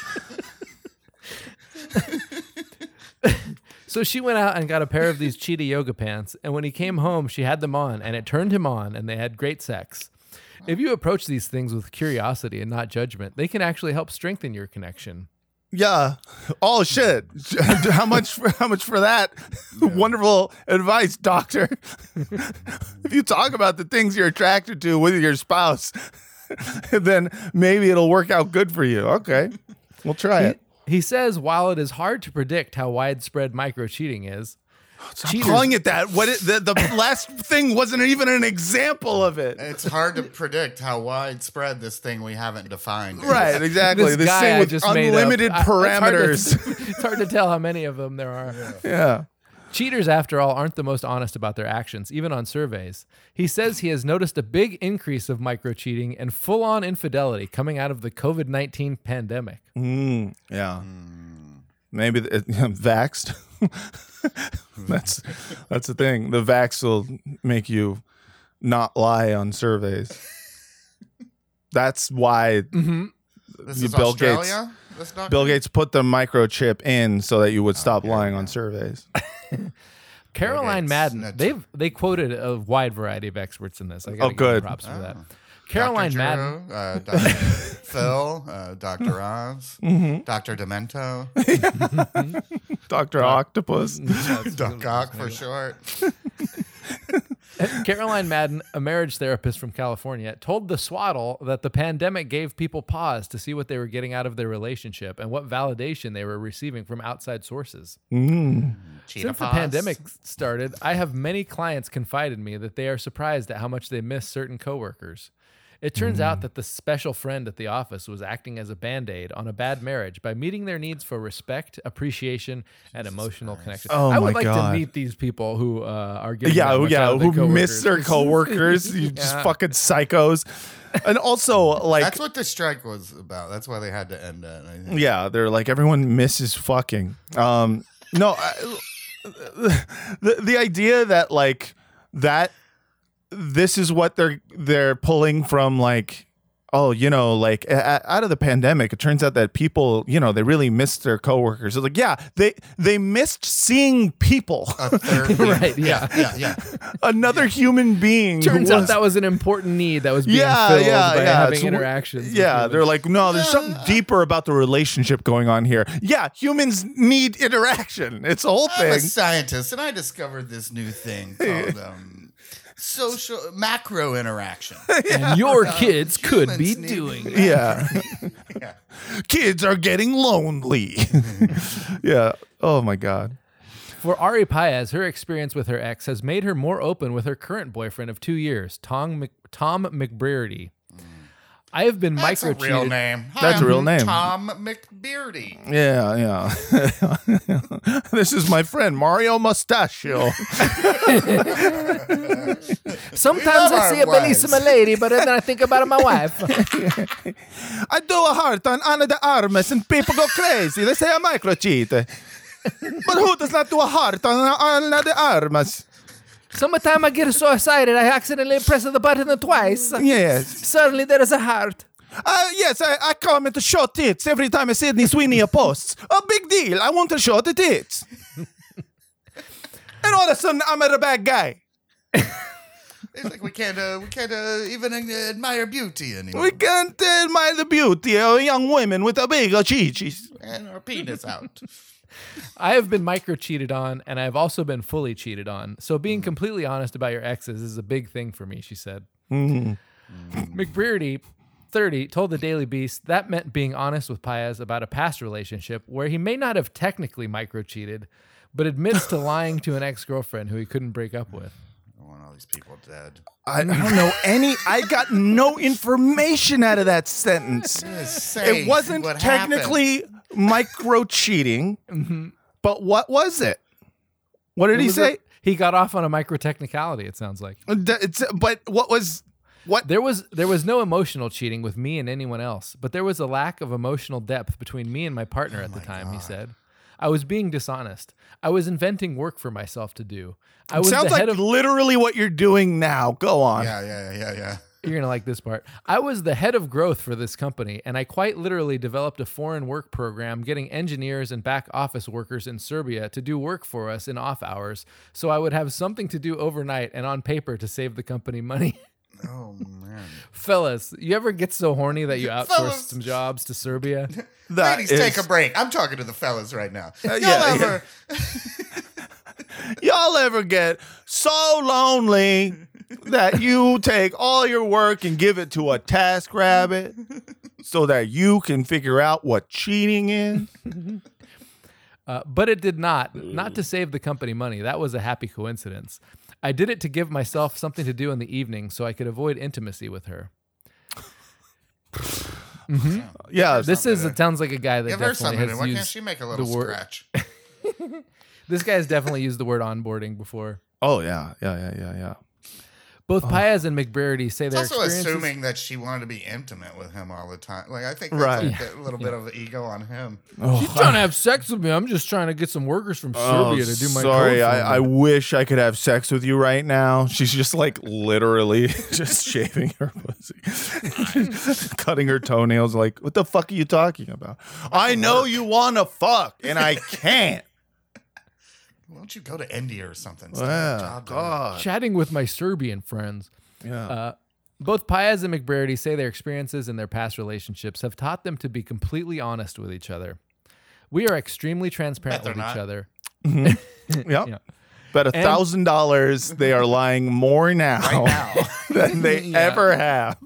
C: So she went out and got a pair of these cheetah yoga pants, and when he came home, she had them on, and it turned him on, and they had great sex. If you approach these things with curiosity and not judgment, they can actually help strengthen your connection.
D: Yeah. Oh shit. how much for, how much for that? Wonderful advice, doctor. if you talk about the things you're attracted to with your spouse, then maybe it'll work out good for you. Okay. We'll try it.
C: He says, while it is hard to predict how widespread micro cheating is,
D: Stop
C: cheaters-
D: calling it that. What it, the, the last thing wasn't even an example of it.
B: It's hard to predict how widespread this thing we haven't defined. is.
D: Right, exactly.
C: this,
D: This,
C: guy
D: thing
C: I
D: with
C: just made up-
D: unlimited
C: I- it's hard to-
D: parameters.
C: it's hard, to, tell how many of them there are.
D: yeah.
C: Cheaters, after all, aren't the most honest about their actions, even on surveys. He says he has noticed a big increase of micro cheating and full on infidelity coming out of the COVID 19 pandemic.
D: Mm, yeah. Maybe the, vaxxed. that's that's the thing. The vax will make you not lie on surveys. That's why
C: Mm-hmm.
B: This
D: You
B: is
D: Bill
B: Australia? This doctor?
D: Bill Gates put the microchip in so that you would stop
B: yeah,
D: lying
B: yeah.
D: on surveys.
C: Caroline
B: Gates,
C: Madden,
B: nuts.
C: they've they quoted a wide variety of experts in this. I gotta
D: Oh,
C: give them
D: good. Ah.
C: props for that. Caroline
B: Dr.
C: Madden.
B: Drew, uh, Dr. Phil, uh, Dr. Oz,
D: Mhm.
B: Dr. Demento,
D: Dr. Octopus.
B: Mm-hmm. Doc Ock for short.
C: Caroline Madden, a marriage therapist from California, told The Swaddle that the pandemic gave people pause to see what they were getting out of their relationship and what validation they were receiving from outside sources.
D: Mm.
B: Cheetah
C: Since
B: paws.
C: the pandemic started, I have many clients confide in me that they are surprised at how much they miss certain coworkers. It turns
B: Mm.
C: out that the special friend at the office was acting as a band aid on a bad marriage by meeting their needs for respect, appreciation, and emotional connection.
D: Oh my
C: I would like
D: God.
C: to meet these people who uh, are getting
D: Yeah,
C: that
D: oh,
C: much out
D: yeah.
C: of their
D: Who miss their
C: coworkers.
D: coworkers? You just
C: Yeah.
D: fucking psychos. And also, like,
B: That's what the strike was about. That's why they had to end it. I think.
D: Yeah, they're like everyone misses fucking. Um, no, I, the the idea that like that this is what they're they're pulling from like oh you know like a- a- out of the pandemic it turns out that people you know they really missed their coworkers it's like yeah they they missed seeing people
B: A third-
C: Right, yeah.
B: yeah, yeah.
D: another human being who
C: Turns out
D: was-
C: that was an important need that was being
D: Yeah,
C: filled
D: yeah,
C: by
D: yeah.
C: having
D: So we-
C: interactions. with
D: yeah
C: humans.
D: they're like no there's something
B: Yeah.
D: deeper about the relationship going on here yeah humans need interaction it's a whole
B: I'm a
D: thing
B: scientist, and I discovered this new thing called um, social macro interaction.
C: and your kids could be
B: humans need-
C: doing it.
D: yeah
B: Yeah.
D: kids are getting lonely yeah oh my god
C: For Ari Paez, her experience with her ex has made her more open with her current boyfriend of two years, Tom, Mc- Tom McBrearty. I have been
B: That's a real
C: microcheated.
B: name. Hi,
D: That's a
B: I'm
D: real name.
B: Tom McBeardy.
D: yeah yeah this is my friend mario mustachio
C: Sometimes
B: We
C: I
B: love
C: see
B: our
C: a bellissima
B: wives.
C: lady, but then I think about my wife.
D: i do a heart on ana de armas and people go crazy they say i micro cheat but who does not do a heart on ana de armas
C: Sometimes I get so excited I accidentally press the button twice.
D: yes
C: Suddenly there is a heart.
D: Uh, yes, I, I comment short tits every time a Sydney Sweeney posts. A big deal. I want a short tits. and all of a sudden, I'm a bad guy.
B: It's like we can't, uh, we can't uh, even uh, admire beauty anymore.
D: We can't admire the beauty of young women with a big chichis.
B: and our penis out.
C: I have been micro cheated on, and I have also been fully cheated on. So
D: Mm.
C: being completely honest about your exes is a big thing for me, she said.
D: Mm-hmm.
C: McBrearty, 30, told the Daily Beast that meant being honest with Paez about a past relationship where he may not have technically micro cheated, but admits to lying to an ex girlfriend who he couldn't break up with.
B: I want all these people dead.
D: I, I don't know any. I got no information out of that sentence.
B: Say
D: It wasn't
B: what happened.
D: technically micro cheating, but what was it? What did
C: It
D: he
C: was
D: say?
C: a- he got off on a micro technicality, it sounds like.
D: D- it's- but what was what?
C: There was there was no emotional cheating with me and anyone else, but there was a lack of emotional depth between me and my partner at the time, he said. I was being dishonest. I was inventing work for myself to do. I was
D: Sounds
C: the
D: like
C: head of
D: literally what you're doing now. Go on.
B: Yeah, yeah, yeah, yeah.
C: You're going to like this part. I was the head of growth for this company, and I quite literally developed a foreign work program getting engineers and back office workers in Serbia to do work for us in off hours so I would have something to do overnight and on paper to save the company money.
B: Oh man,
C: Fellas, you ever get so horny that you outsource
B: Fellas.
C: some jobs to Serbia?
D: That
B: ladies,
D: is- Uh,
B: take a break. I'm talking to the fellas right now. Y'all
D: yeah,
B: ever-
D: Y'all ever get so lonely that you take all your work and give it to a task rabbit so that you can figure out what cheating is?
C: Uh, but it did not. Not
B: Mm.
C: to save the company money. That was a happy coincidence. I did it to give myself something to do in the evening so I could avoid intimacy with her. Mm-hmm.
D: Yeah,
C: This is it sounds like a guy that
B: Give her
C: definitely
B: something.
C: has
B: Why
C: used
B: can't she make a little
C: the word-
B: scratch?
C: This guy has definitely used the word onboarding before.
D: oh yeah, yeah, yeah, yeah, yeah.
C: Both Paez and McBrearty say
B: Oh. It's
C: their
B: also
C: experiences.
B: assuming that she wanted to be intimate with him all the time. Like I think that's
D: Right.
B: like a little bit of an ego on him.
C: She's trying to have sex with me. I'm just trying to get some workers from
D: Oh,
C: Serbia to do my
D: sorry,
C: code for
D: I, I
C: me.
D: wish I could have sex with you right now. She's just like literally just shaving her pussy, cutting her toenails. Like, what the fuck are you talking about? I know you want to fuck, and I can't.
B: Why don't you go to India or something? Start a
D: wow,
B: job there.
D: God,
C: chatting with my Serbian friends.
D: yeah.
C: Uh, Both Paez and McBrady say their experiences and their past relationships have taught them to be completely honest with each other. We are extremely transparent
B: Bet they're
C: with each
B: not.
C: other.
D: Yep.
C: Mm-hmm. Yeah.
D: But a
C: And-
D: thousand dollars, they are lying more now,
B: Right now.
D: than they
C: Yeah.
D: ever have.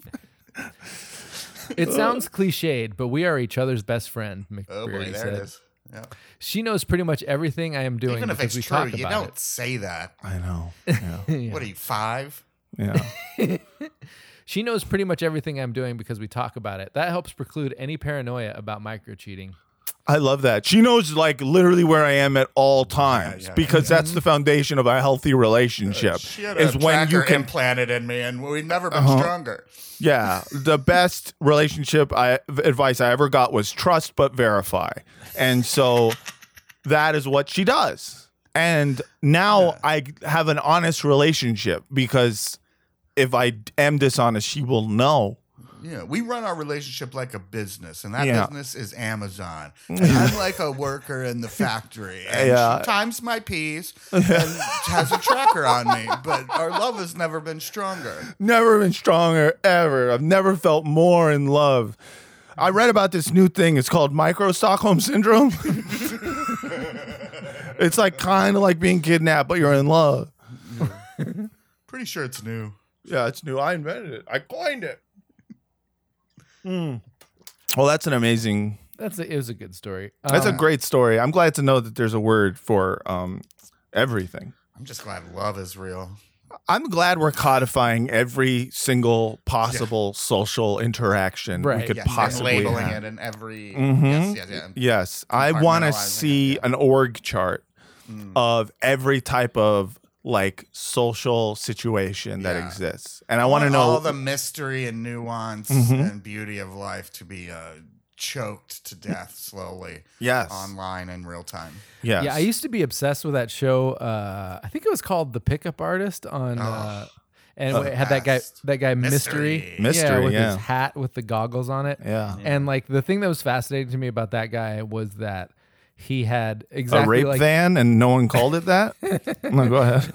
C: It sounds cliched, but we are each other's best friend. McBrady
B: Oh boy, there
C: said.
B: it is. Yeah.
C: She knows pretty much everything I am doing
B: Even if
C: because
B: it's
C: we
B: true,
C: talk
B: you
C: about
B: don't say that.
D: I know. Yeah.
C: it. Yeah.
B: What are you five?
D: yeah.
C: She knows pretty much everything I'm doing because we talk about it. That helps preclude any paranoia about micro cheating.
D: I love that. She knows like literally where I am at all times
B: yeah,
D: because that's the foundation of a healthy relationship.
B: She had a
D: is when you
B: tracker
D: can
B: implanted in me, and we've never been
D: Uh-huh.
B: stronger.
D: Yeah, the best relationship I, advice I ever got was trust but verify. And so that is what she does. And now I have an honest relationship because if I am dishonest, she will know.
B: Yeah, we run our relationship like a business, and that
D: Yeah.
B: business is Amazon. And I'm like a worker in the factory, and
D: Yeah.
B: she times my piece and has a tracker on me. But our love has never been stronger.
D: Never been stronger ever. I've never felt more in love. I read about this new thing. It's called micro Stockholm syndrome. it's like kind of like being kidnapped, but you're in love.
B: Pretty sure it's new.
D: Yeah, it's new. I invented it. I coined it.
B: Hmm.
D: Well, that's an amazing.
C: That's a, it was a good story.
D: That's
B: Uh.
C: Um,
D: a great story. I'm glad to know that there's a word for um, everything.
B: I'm just glad love is real.
D: I'm glad we're codifying every single possible social interaction we
C: Right.
D: could
B: Yes, and
D: possibly
B: labeling
D: have.
B: it in every.
D: Mhm.
B: Yes, yes, yeah.
D: Yes, I want to
B: Compartmentalizing it,
D: see
B: yeah.
D: an org chart
B: Mm.
D: of every type of like social situation that
B: Yeah.
D: exists, and I want to know
B: all the mystery and nuance
D: Mhm.
B: and beauty of life to be uh, choked to death slowly
D: Yes,
B: online in real time.
D: yes,
C: Yeah, I used to be obsessed with that show. Uh, I think it was called The Pickup Artist on,
B: Oh.
C: uh, and
D: Oh,
C: it had that guy
B: best.
C: that guy Mystery, yeah,
D: Mystery,
C: with
D: yeah.
C: his hat with the goggles on
B: Mm.
C: it.
D: yeah.
B: Yeah.
C: And like the thing that was fascinating to me about that guy was that he had exactly
D: a rape
C: like
D: van and no one called it that? no, go ahead.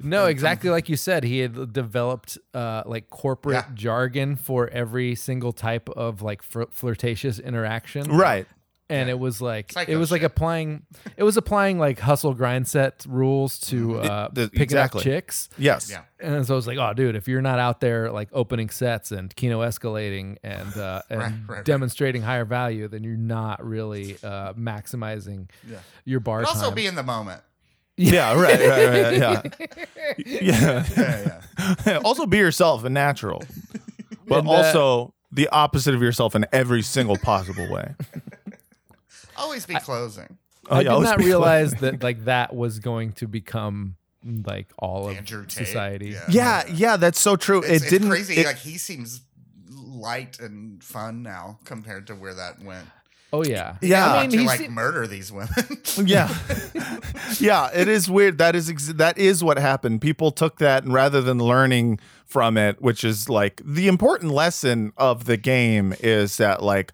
C: no, exactly like you said. He had developed uh, like corporate
B: Yeah.
C: jargon for every single type of like fr- flirtatious interaction,
D: Right.
C: And it was like
B: Psycho
C: it was like
B: shit.
C: applying it was applying like hustle grind set rules to
B: Mm-hmm.
C: uh,
D: the-
C: picking
D: exactly.
C: up chicks.
D: Yes.
B: Yeah.
C: And so I was like, oh, dude, if you're not out there like opening sets and kino escalating and uh, and
B: Right, right, right.
C: demonstrating higher value, then you're not really uh, maximizing
B: Yeah.
C: your bar
B: But also
C: time.
B: be in the moment.
D: Yeah. Right. Right. Right. Yeah.
B: Yeah,
D: Yeah. also, be yourself and natural, but
C: And, uh,
D: also the opposite of yourself in every single possible way.
B: Always be closing.
D: Oh,
C: I
D: yeah,
C: did
D: always
C: not
D: be-
C: realize that like that was going to become like all of
B: Andrew Tate.
C: society.
D: Yeah. Yeah. That's so true.
B: It's,
D: it
B: it's
D: didn't.
B: crazy.
D: it-
B: like he seems light and fun now compared to where that went.
C: Oh yeah.
D: Yeah.
C: I
B: I
C: mean,
B: to
C: he's
B: like murder these women.
D: yeah. yeah, it is weird. That is ex- that is what happened. People took that and rather than learning from it, which is like the important lesson of the game is that like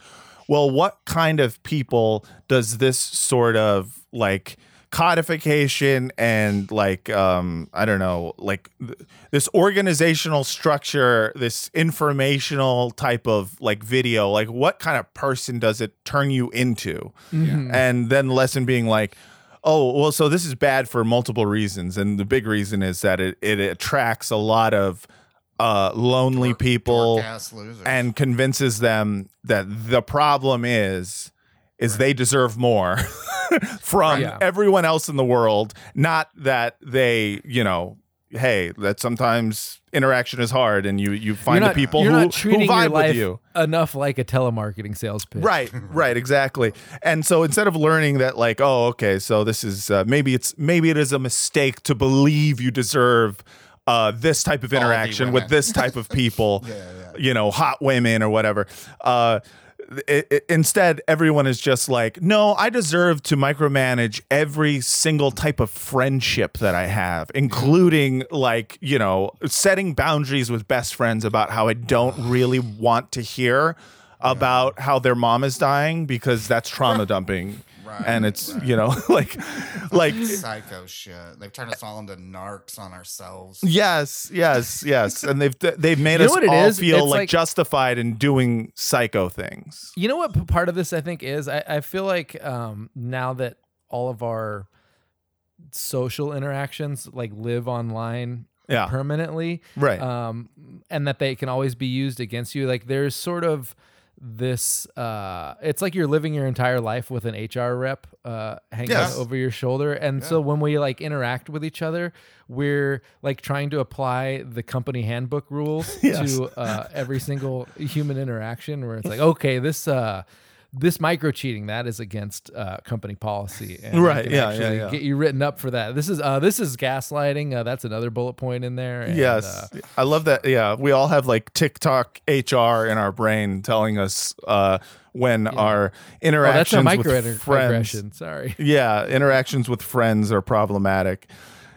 D: well, what kind of people does this sort of like codification and like um I don't know, like th- this organizational structure, this informational type of like video, like what kind of person does it turn you into?
C: Mhm.
D: and then the lesson being like oh well so this is bad for multiple reasons and the big reason is that it, it attracts a lot of uh, lonely
B: Dork-
D: people
B: dork-ass losers.
D: and convinces them that the problem is is they deserve more from
C: Yeah.
D: everyone else in the world not that they you know hey that sometimes interaction is hard and you you find
C: not-
D: the people
C: you're
D: who,
C: not treating
D: who
C: your
D: vibe
C: life
D: with you
C: enough like a telemarketing sales pitch.
D: Right, right, exactly. And so instead of learning that, like, oh, okay, so this is uh, maybe it's maybe it is a mistake to believe you deserve uh, this type of
B: the
D: interaction with
B: women.
D: this type of people,
B: Yeah, yeah.
D: you know, hot women or whatever. Uh, it, it- instead, everyone is just like, no, I deserve to micromanage every single type of friendship that I have, including like, you know, setting boundaries with best friends about how I don't really want to hear about how their mom is dying because that's trauma dumping.
B: Right,
D: and it's
B: right.
D: you know like like
B: psycho shit. They've turned us all into narcs on ourselves.
D: yes, yes, yes, and they've they've made
C: You know
D: us
C: what it
D: all
C: is?
D: feel
C: It's
D: like,
C: like-
D: justified in doing psycho things.
C: You know what p- part of this I think is? I, I feel like um, now that all of our social interactions like live online
D: Yeah,
C: permanently,
D: right.
C: um, and that they can always be used against you. Like there's sort of this uh it's like you're living your entire life with an hr rep uh hanging
D: Yes.
C: over your shoulder and so when we like interact with each other we're like trying to apply the company handbook rules
D: Yes.
C: to uh every single human interaction where it's like okay this uh this micro cheating that is against uh, company policy, and we
D: Right,
C: can
D: yeah, yeah,
C: actually
D: yeah.
C: Get you written up for that. This is uh, this is gaslighting. Uh, that's another bullet point in there. and, uh,
D: yes, I love that. Yeah, we all have like TikTok HR in our brain telling us uh, when our
C: Oh, that's a
D: interactions
C: micro
D: with friends
C: aggression. Sorry.
D: yeah interactions with friends are problematic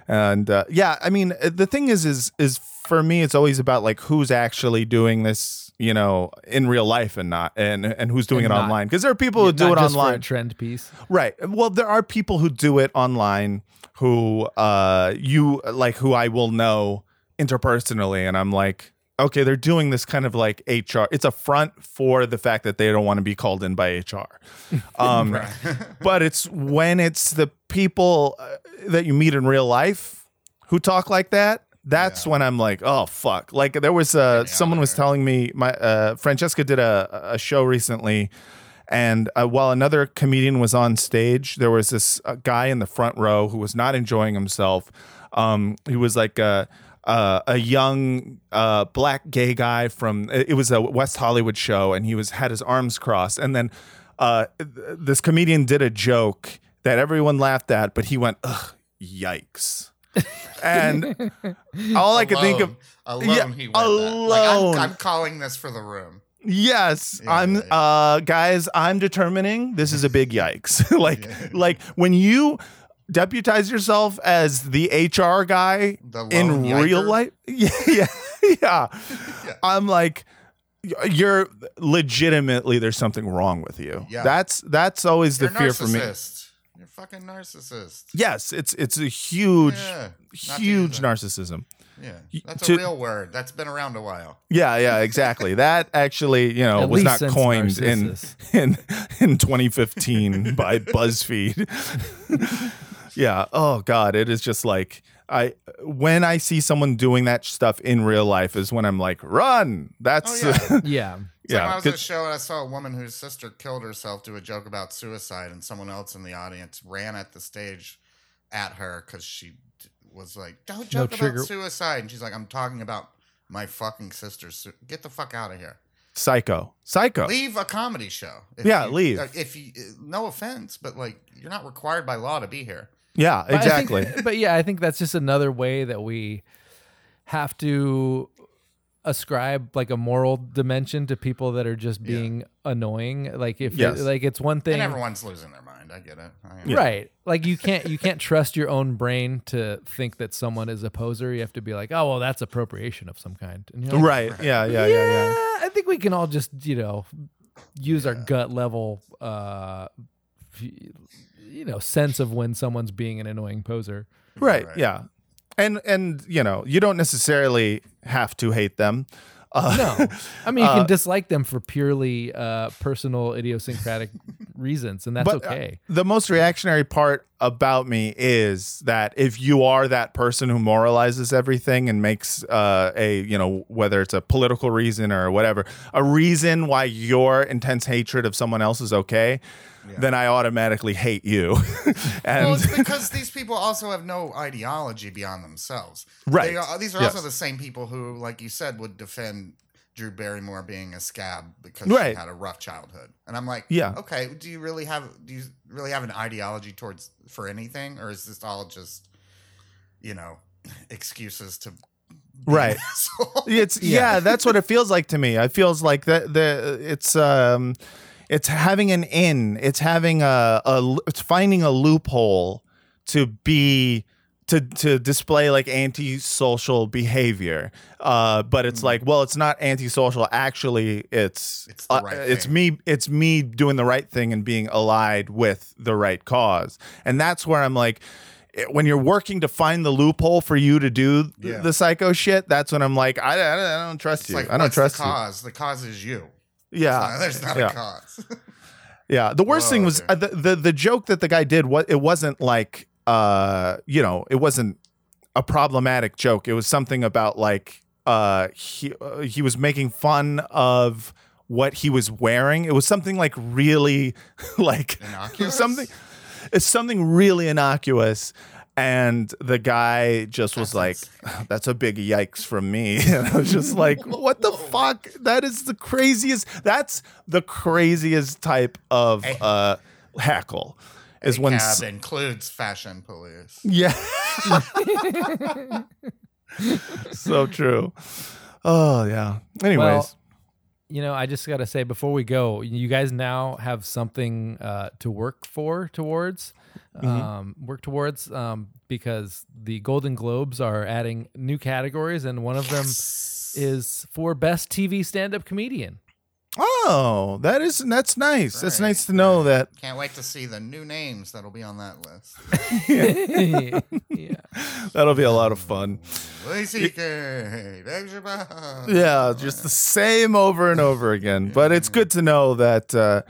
D: and uh, yeah i mean uh, the thing is is is for me it's always about like who's actually doing this you know in real life and not and and who's doing
C: And
D: it
C: not-
D: online because there are people who do it
C: Not just for a
D: online
C: trend piece.
D: right well there are people who do it online who uh you like who i will know interpersonally and i'm like okay they're doing this kind of like hr it's a front for the fact that they don't want to be called in by hr um but it's when it's the people uh, that you meet in real life who talk like that that's
B: Yeah.
D: when i'm like oh fuck like there was uh,
B: Get out
D: someone
B: of
D: was
B: there.
D: telling me my uh, francesca did a, a show recently and uh, while another comedian was on stage there was this uh, guy in the front row who was not enjoying himself um, he was like a, uh, a young uh, black gay guy from it it was a west hollywood show and he was had his arms crossed and then uh, th- this comedian did a joke that everyone laughed at, but he went, Ugh, yikes. And all I could think of,
B: alone.
D: Yeah,
B: he went alone.
D: alone.
B: Like, I'm, I'm calling this for the room.
D: yes,
B: Yeah,
D: I'm,
B: yeah, yeah.
D: uh, guys, I'm determining this is a big yikes. like,
B: Yeah.
D: like when you deputize yourself as the HR guy
B: The
D: in
B: lone
D: real
B: yiker.
D: life, yeah, yeah, yeah, I'm like, y- you're legitimately there's something wrong with you.
B: Yeah.
D: That's that's always
B: You're
D: the
B: a
D: fear for me.
B: narcissist. You're a fucking narcissist.
D: Yes, it's it's a huge
B: Yeah. Not to
D: huge
B: use that.
D: narcissism.
B: Yeah.
D: Y-
B: That's
D: to-
B: a real word. That's been around a while.
D: Yeah, yeah, exactly. that actually, you know,
C: At
D: Oh, was
C: least
D: not
C: since
D: coined in,
C: Narcissus.
D: in in 2015 by BuzzFeed. yeah. Oh God, it is just like I when I see someone doing that stuff in real life is when I'm like, run. That's
B: Oh, yeah.
C: Yeah.
B: It's like when I
D: yeah.
B: was at a
D: 'cause-
B: show and I saw a woman whose sister killed herself do a joke about suicide, and someone else in the audience ran at the stage at her because she d- was like, "Don't
C: No
B: joke
C: trigger-
B: about suicide," and she's like, "I'm talking about my fucking sister's. Su- Get the fuck out of here.
D: psycho. Psycho.
B: Leave a comedy show. If
D: Oh. Yeah,
B: you-
D: leave.
B: uh, If you, uh, no offense, but like, you're not required by law to be here.
D: Yeah,
C: But I think-
D: exactly.
C: but yeah, I think that's just another way that we have to ascribe like a moral dimension to people that are just being annoying. Like if
D: Yes.
C: it, like it's one thing,
B: And everyone's losing their mind. I get it. I am-
C: right? Like you can't you can't trust your own brain to think that someone is a poser. You have to be like, oh well, that's appropriation of some kind. And you're like,
D: right. Yeah, Uh, yeah, yeah, yeah.
C: I think we can all just, you know, use our gut level, uh, you know, sense of when someone's being an annoying poser.
D: Right,
B: Right.
D: yeah. And and you know, you don't necessarily have to hate them. Uh,
C: No, I mean you
D: Uh,
C: can dislike them for purely uh, personal idiosyncratic reasons, and that's
D: But, uh,
C: okay.
D: the most reactionary part about me is that if you are that person who moralizes everything and makes uh, a you know whether it's a political reason or whatever a reason why your intense hatred of someone else is okay
B: Yeah.
D: then i automatically hate you and
B: well, it's because these people also have no ideology beyond themselves.
D: Right.
B: They are, these are
D: Yes.
B: also the same people who, like you said, would defend Drew Barrymore being a scab because
D: Right.
B: she had a rough childhood. And I'm like,
D: Yeah.
B: okay. Do you really have do you really have an ideology towards for anything, or is this all just, you know, excuses to, be an
D: Right.
B: asshole?
D: it's yeah. that's what it feels like to me it feels like that the it's um it's having an in it's having a, a l- it's finding a loophole to be to to display like antisocial behavior. Uh, but it's
B: Mm.
D: like, well, it's not antisocial. Actually, it's
B: It's the
D: uh,
B: right
D: it's
B: thing.
D: me it's me doing the right thing and being allied with the right cause. And that's where I'm like. it- When you're working to find the loophole for you to do th-
B: Yeah.
D: the psycho shit, that's when I'm like, I, I, don't- I don't trust
B: It's
D: you.
B: like,
D: I don't
B: what's
D: trust
B: the
D: you.
B: cause. The cause is you.
D: Yeah,
B: there's not
D: yeah.
B: a cause.
D: Yeah, the worst
B: Whoa,
D: thing was
B: dude.
D: uh, the, the the joke that the guy did. What it wasn't like, uh, you know, it wasn't a problematic joke. It was something about like uh, he uh, he was making fun of what he was wearing. It was something like really like
B: Innocuous.
D: something. It's something really innocuous. And the guy just was
B: That's
D: like, "That's a big yikes from me." And I was just like, "What the
B: Whoa.
D: fuck? That is the craziest. That's the craziest type of
B: Hey.
D: uh, heckle." Is when s-
B: cab includes fashion police.
D: yeah. so true. Oh yeah. Anyways,
C: Well, you know, I just got to say before we go, you guys now have something uh, to work for towards,
D: Mhm.
C: um, work towards, um, because the Golden Globes are adding new categories, and one of them is for best TV stand-up comedian.
D: oh, that is that's nice. That's
B: Right,
D: nice to know
B: right.
D: that
B: Can't wait to see the new names that'll be on that list.
C: yeah.
D: that'll be a lot of fun.
B: Louis C.K., Dave Chappelle.
D: Yeah, just the same over and over again. But it's good to know that uh,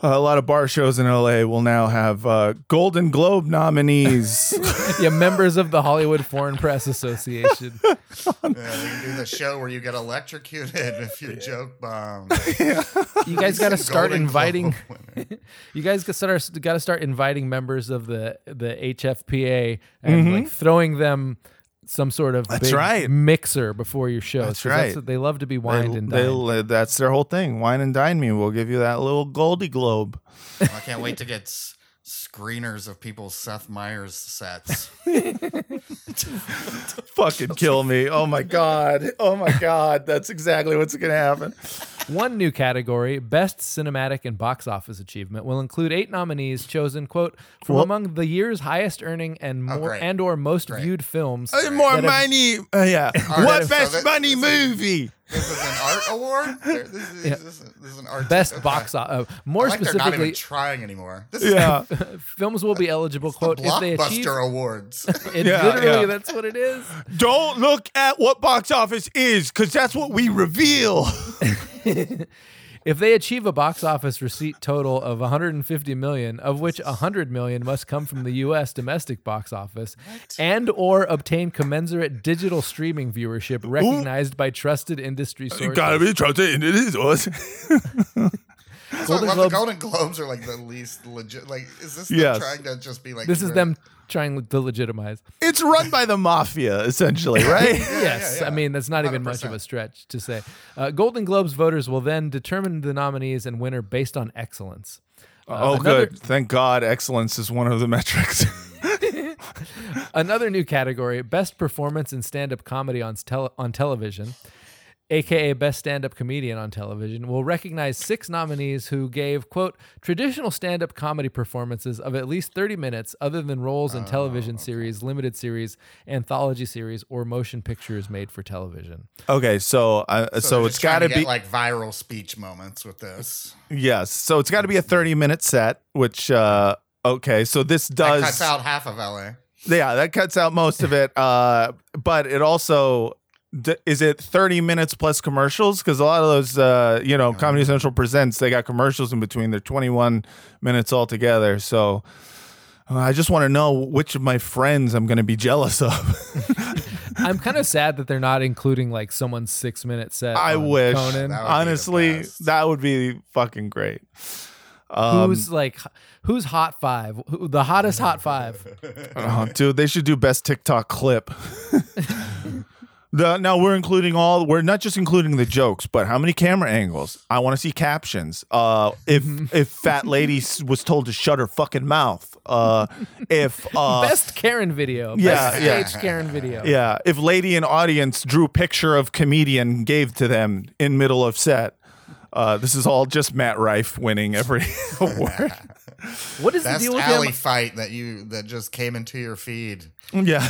D: a lot of bar shows in LA will now have uh, Golden Globe nominees.
C: yeah, members of the Hollywood Foreign Press Association.
B: Yeah, we can do the show where you get electrocuted if you joke bomb.
C: You guys got to start
B: Golden
C: inviting.
B: Globe winner.
C: You guys got start got to start inviting members of the the HFPA and
D: Mhm.
C: like throwing them some sort of
D: That's
C: big
D: right.
C: mixer before your show.
D: That's right.
C: they love to be wined and
D: They-
C: dined.
D: they- uh, that's their whole thing. Wine and dine me. We'll give you that little Goldie Globe.
B: I can't wait to get s- screeners of people's Seth Meyers sets.
D: Fucking kill me. Oh my God. Oh my God. That's exactly what's going to happen.
C: One new category, best cinematic and box office achievement, will include eight nominees chosen quote from
D: Well-
C: among the year's highest earning and
B: Oh,
C: more
B: great.
C: and or most
B: Great. Oh,
C: viewed films.
D: Uh, More
C: that have-
D: money. Uh, yeah.
B: right,
D: what
B: so
D: best
B: that-
D: money
B: that's a-
D: movie?
B: This is an art award. There- This is,
C: Yeah.
B: this is- this is an art.
C: Best
B: okay.
C: box office.
B: I
C: more
B: like they're not even
C: specifically,
B: trying anymore. This is
D: Yeah.
C: films will be eligible.
B: the
C: Quote: If they
B: blockbuster
C: achieve,
B: awards.
C: it,
D: Yeah,
C: literally
D: yeah.
C: that's what it is.
D: Don't look at what box office is because that's what we reveal.
C: If they achieve a box office receipt total of 150 million, of which 100 million must come from the U.S. domestic box office, and or obtain commensurate digital streaming viewership recognized by trusted industry sources.
D: be trusted into this was.
B: That's why I
C: Golden
B: love
C: Globes-
B: the Golden Globes are like the least legit. Like, is this them
D: Yes.
B: trying to just be like?
C: this is
B: we're-
C: them trying to legitimize.
D: It's run by the mafia, essentially, right?
C: yes,
B: yeah.
C: I mean that's not even much of a
B: 100%.
C: stretch to say. Uh, Golden Globes voters will then determine the nominees and winner based on excellence. Uh,
D: oh,
C: another-
D: good. Thank God, excellence is one of the metrics.
C: Another new category: best performance in stand-up comedy on tele- on television, aka best stand-up comedian on television, will recognize six nominees who gave quote traditional stand-up comedy performances of at least 30 minutes, other than roles in
B: Oh,
C: television series, limited series, anthology series, or motion pictures made for television.
D: okay, so uh, so,
B: they're
D: it's
B: just trying
D: got to
B: get,
D: be
B: like viral speech moments with this.
D: yes, so it's got to be a thirty-minute set. Which uh, okay, so this
B: That
D: does
B: cuts out half of LA.
D: yeah, that cuts out most of it. Uh, but it also d- is it 30 minutes plus commercials because a lot of those uh, you know comedy central presents they got commercials in between they're 21 minutes altogether so uh, i just want to know which of my friends i'm going to be jealous of
C: I'm kind of sad that they're not including like someone's six-minute set.
D: i
C: on
D: wish
C: Conan.
B: That would be the
D: honestly
B: best.
D: that would be fucking great um,
C: who's like, h- who's hot five? Who, the hottest hot five?
D: Oh, dude, they should do best TikTok clip. the, now we're including all. We're not just including the jokes, but how many camera angles? I want to see captions. Uh, if if fat lady s- was told to shut her fucking mouth. Uh, if uh,
C: Best Karen video.
D: Yeah,
C: Best
D: yeah.
C: stage Karen video.
D: yeah, if lady in audience drew picture of comedian gave to them in middle of set. Uh, this is all just Matt Rife winning every award.
C: What is the
B: Best
C: deal with
B: alley
C: him?
B: fight that you that just came into your feed.
D: Yeah.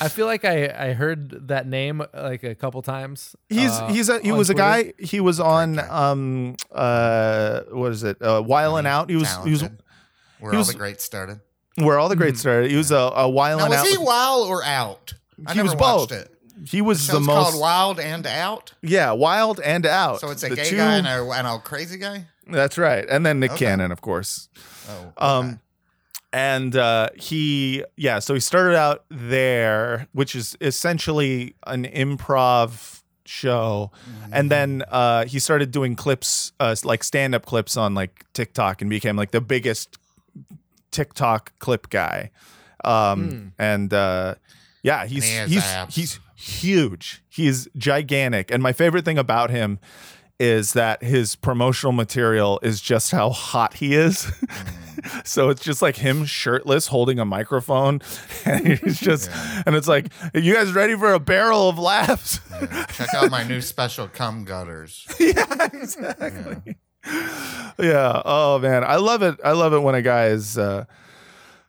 C: I feel like I, I heard that name like a couple times.
D: he's
C: uh,
D: he's a he
C: on
D: was a
C: Twitter.
D: guy he was on
B: Okay.
D: um uh what is it? Uh
B: I
D: Wiling
B: mean,
D: Out. He was he was
B: talented. where
D: he
B: all
D: was-
B: the greats started.
D: where all the
C: Hmm.
D: greats started. He was a, a
B: Now,
D: Wiling
B: was
D: Out.
B: he wild or out? I
D: He
B: never
D: was
B: watched
D: both.
B: it.
D: He was the
B: show's
D: most
B: called Wild and Out.
D: yeah wild and out.
B: So it's a
D: The
B: gay
D: two-
B: guy and a, and a crazy guy.
D: That's right, and then Nick
B: Okay.
D: Cannon, of course.
B: Oh,
D: Um,
B: okay.
D: and uh, he yeah so he started out there which is essentially an improv show
B: Mm-hmm.
D: and then uh, he started doing clips uh, like stand-up clips on like tiktok and became like the biggest tiktok clip guy um,
C: Hmm.
D: and uh, yeah he's
B: he has
D: he's
B: abs.
D: he's huge he's gigantic and my favorite thing about him is that his promotional material is just how hot he is
B: Mm-hmm.
D: so it's just like him shirtless holding a microphone and he's just
B: Yeah.
D: and it's like are you guys ready for a barrel of laughs
B: Yeah. check out my new special, Cum Gutters.
D: yeah exactly yeah. oh man i love it i love it when a guy is uh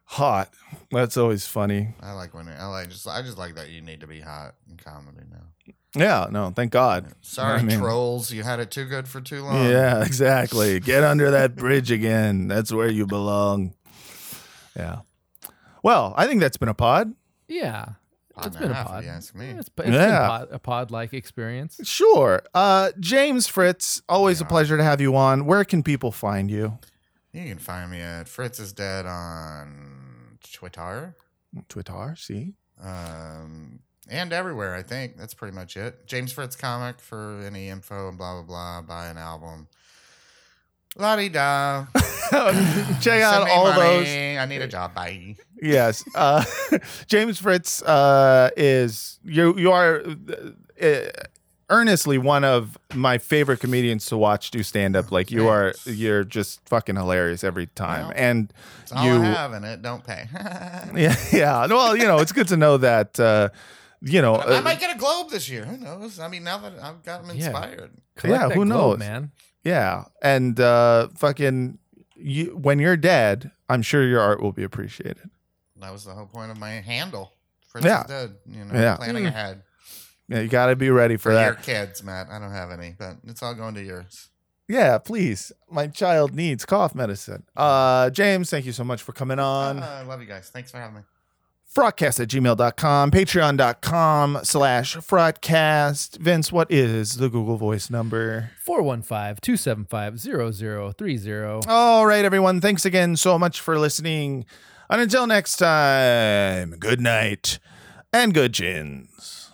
D: hot that's always funny
B: I like when I like just I just like that you need to be hot in comedy now.
D: yeah no thank god
B: Sorry,
D: I mean-
B: trolls, you had it too good for too long.
D: yeah exactly get under that bridge again that's where you belong yeah well i think that's been a pod
C: Yeah.
B: Pot
C: It's
B: and
C: been
B: a
C: a
B: half,
C: pod.
B: if you ask me.
C: It's, it's been
D: Yeah.
C: pod, a pod like experience.
D: Sure. Uh, James Fritz, always a
B: Yeah.
D: pleasure to have you on. Where can people find you?
B: You can find me at Fritz is Dead on Twitter.
D: Twitter, see?
B: Um, and everywhere, I think. That's pretty much it. James Fritz comic for any info and blah, blah, blah. Buy an album. La di da.
D: Check out all those.
B: I need a job. Bye.
D: Yes. Uh, James Fritz uh, is, you, you are uh, earnestly one of my favorite comedians to watch do stand up. Like, you are,
B: Thanks.
D: you're just fucking hilarious every time.
B: Well.
D: and
B: It's all
D: You-
B: I have, and it don't pay. I
D: yeah, yeah. Well, you know, it's good to know that, uh, you know,
B: I
D: uh,
B: might get a globe this year. Who knows? I mean, now that I've gotten
C: Yeah.
B: inspired.
C: Collect
D: Yeah,
C: that
D: who knows?
C: globe, man?
D: Yeah, and uh, fucking, you, when you're dead, I'm sure your art will be appreciated.
B: That was the whole point of my handle. Fritz
D: Yeah.
B: is dead. You know,
D: Yeah.
B: planning
C: Mm.
B: ahead
D: Yeah, you got to be ready for
B: for your
D: that.
B: kids, Matt. I don't have any, but it's all going to yours.
D: Yeah, please. My child needs cough medicine. Uh, James, thank you so much for coming on.
B: Ah, I love you guys. Thanks for having me.
D: Fraudcast at gmail.com, patreon.com slash fraudcast. Vince, what is the Google Voice number?
C: 415 275 0030.
D: All right, everyone. Thanks again so much for listening. And until next time, good night and good chins.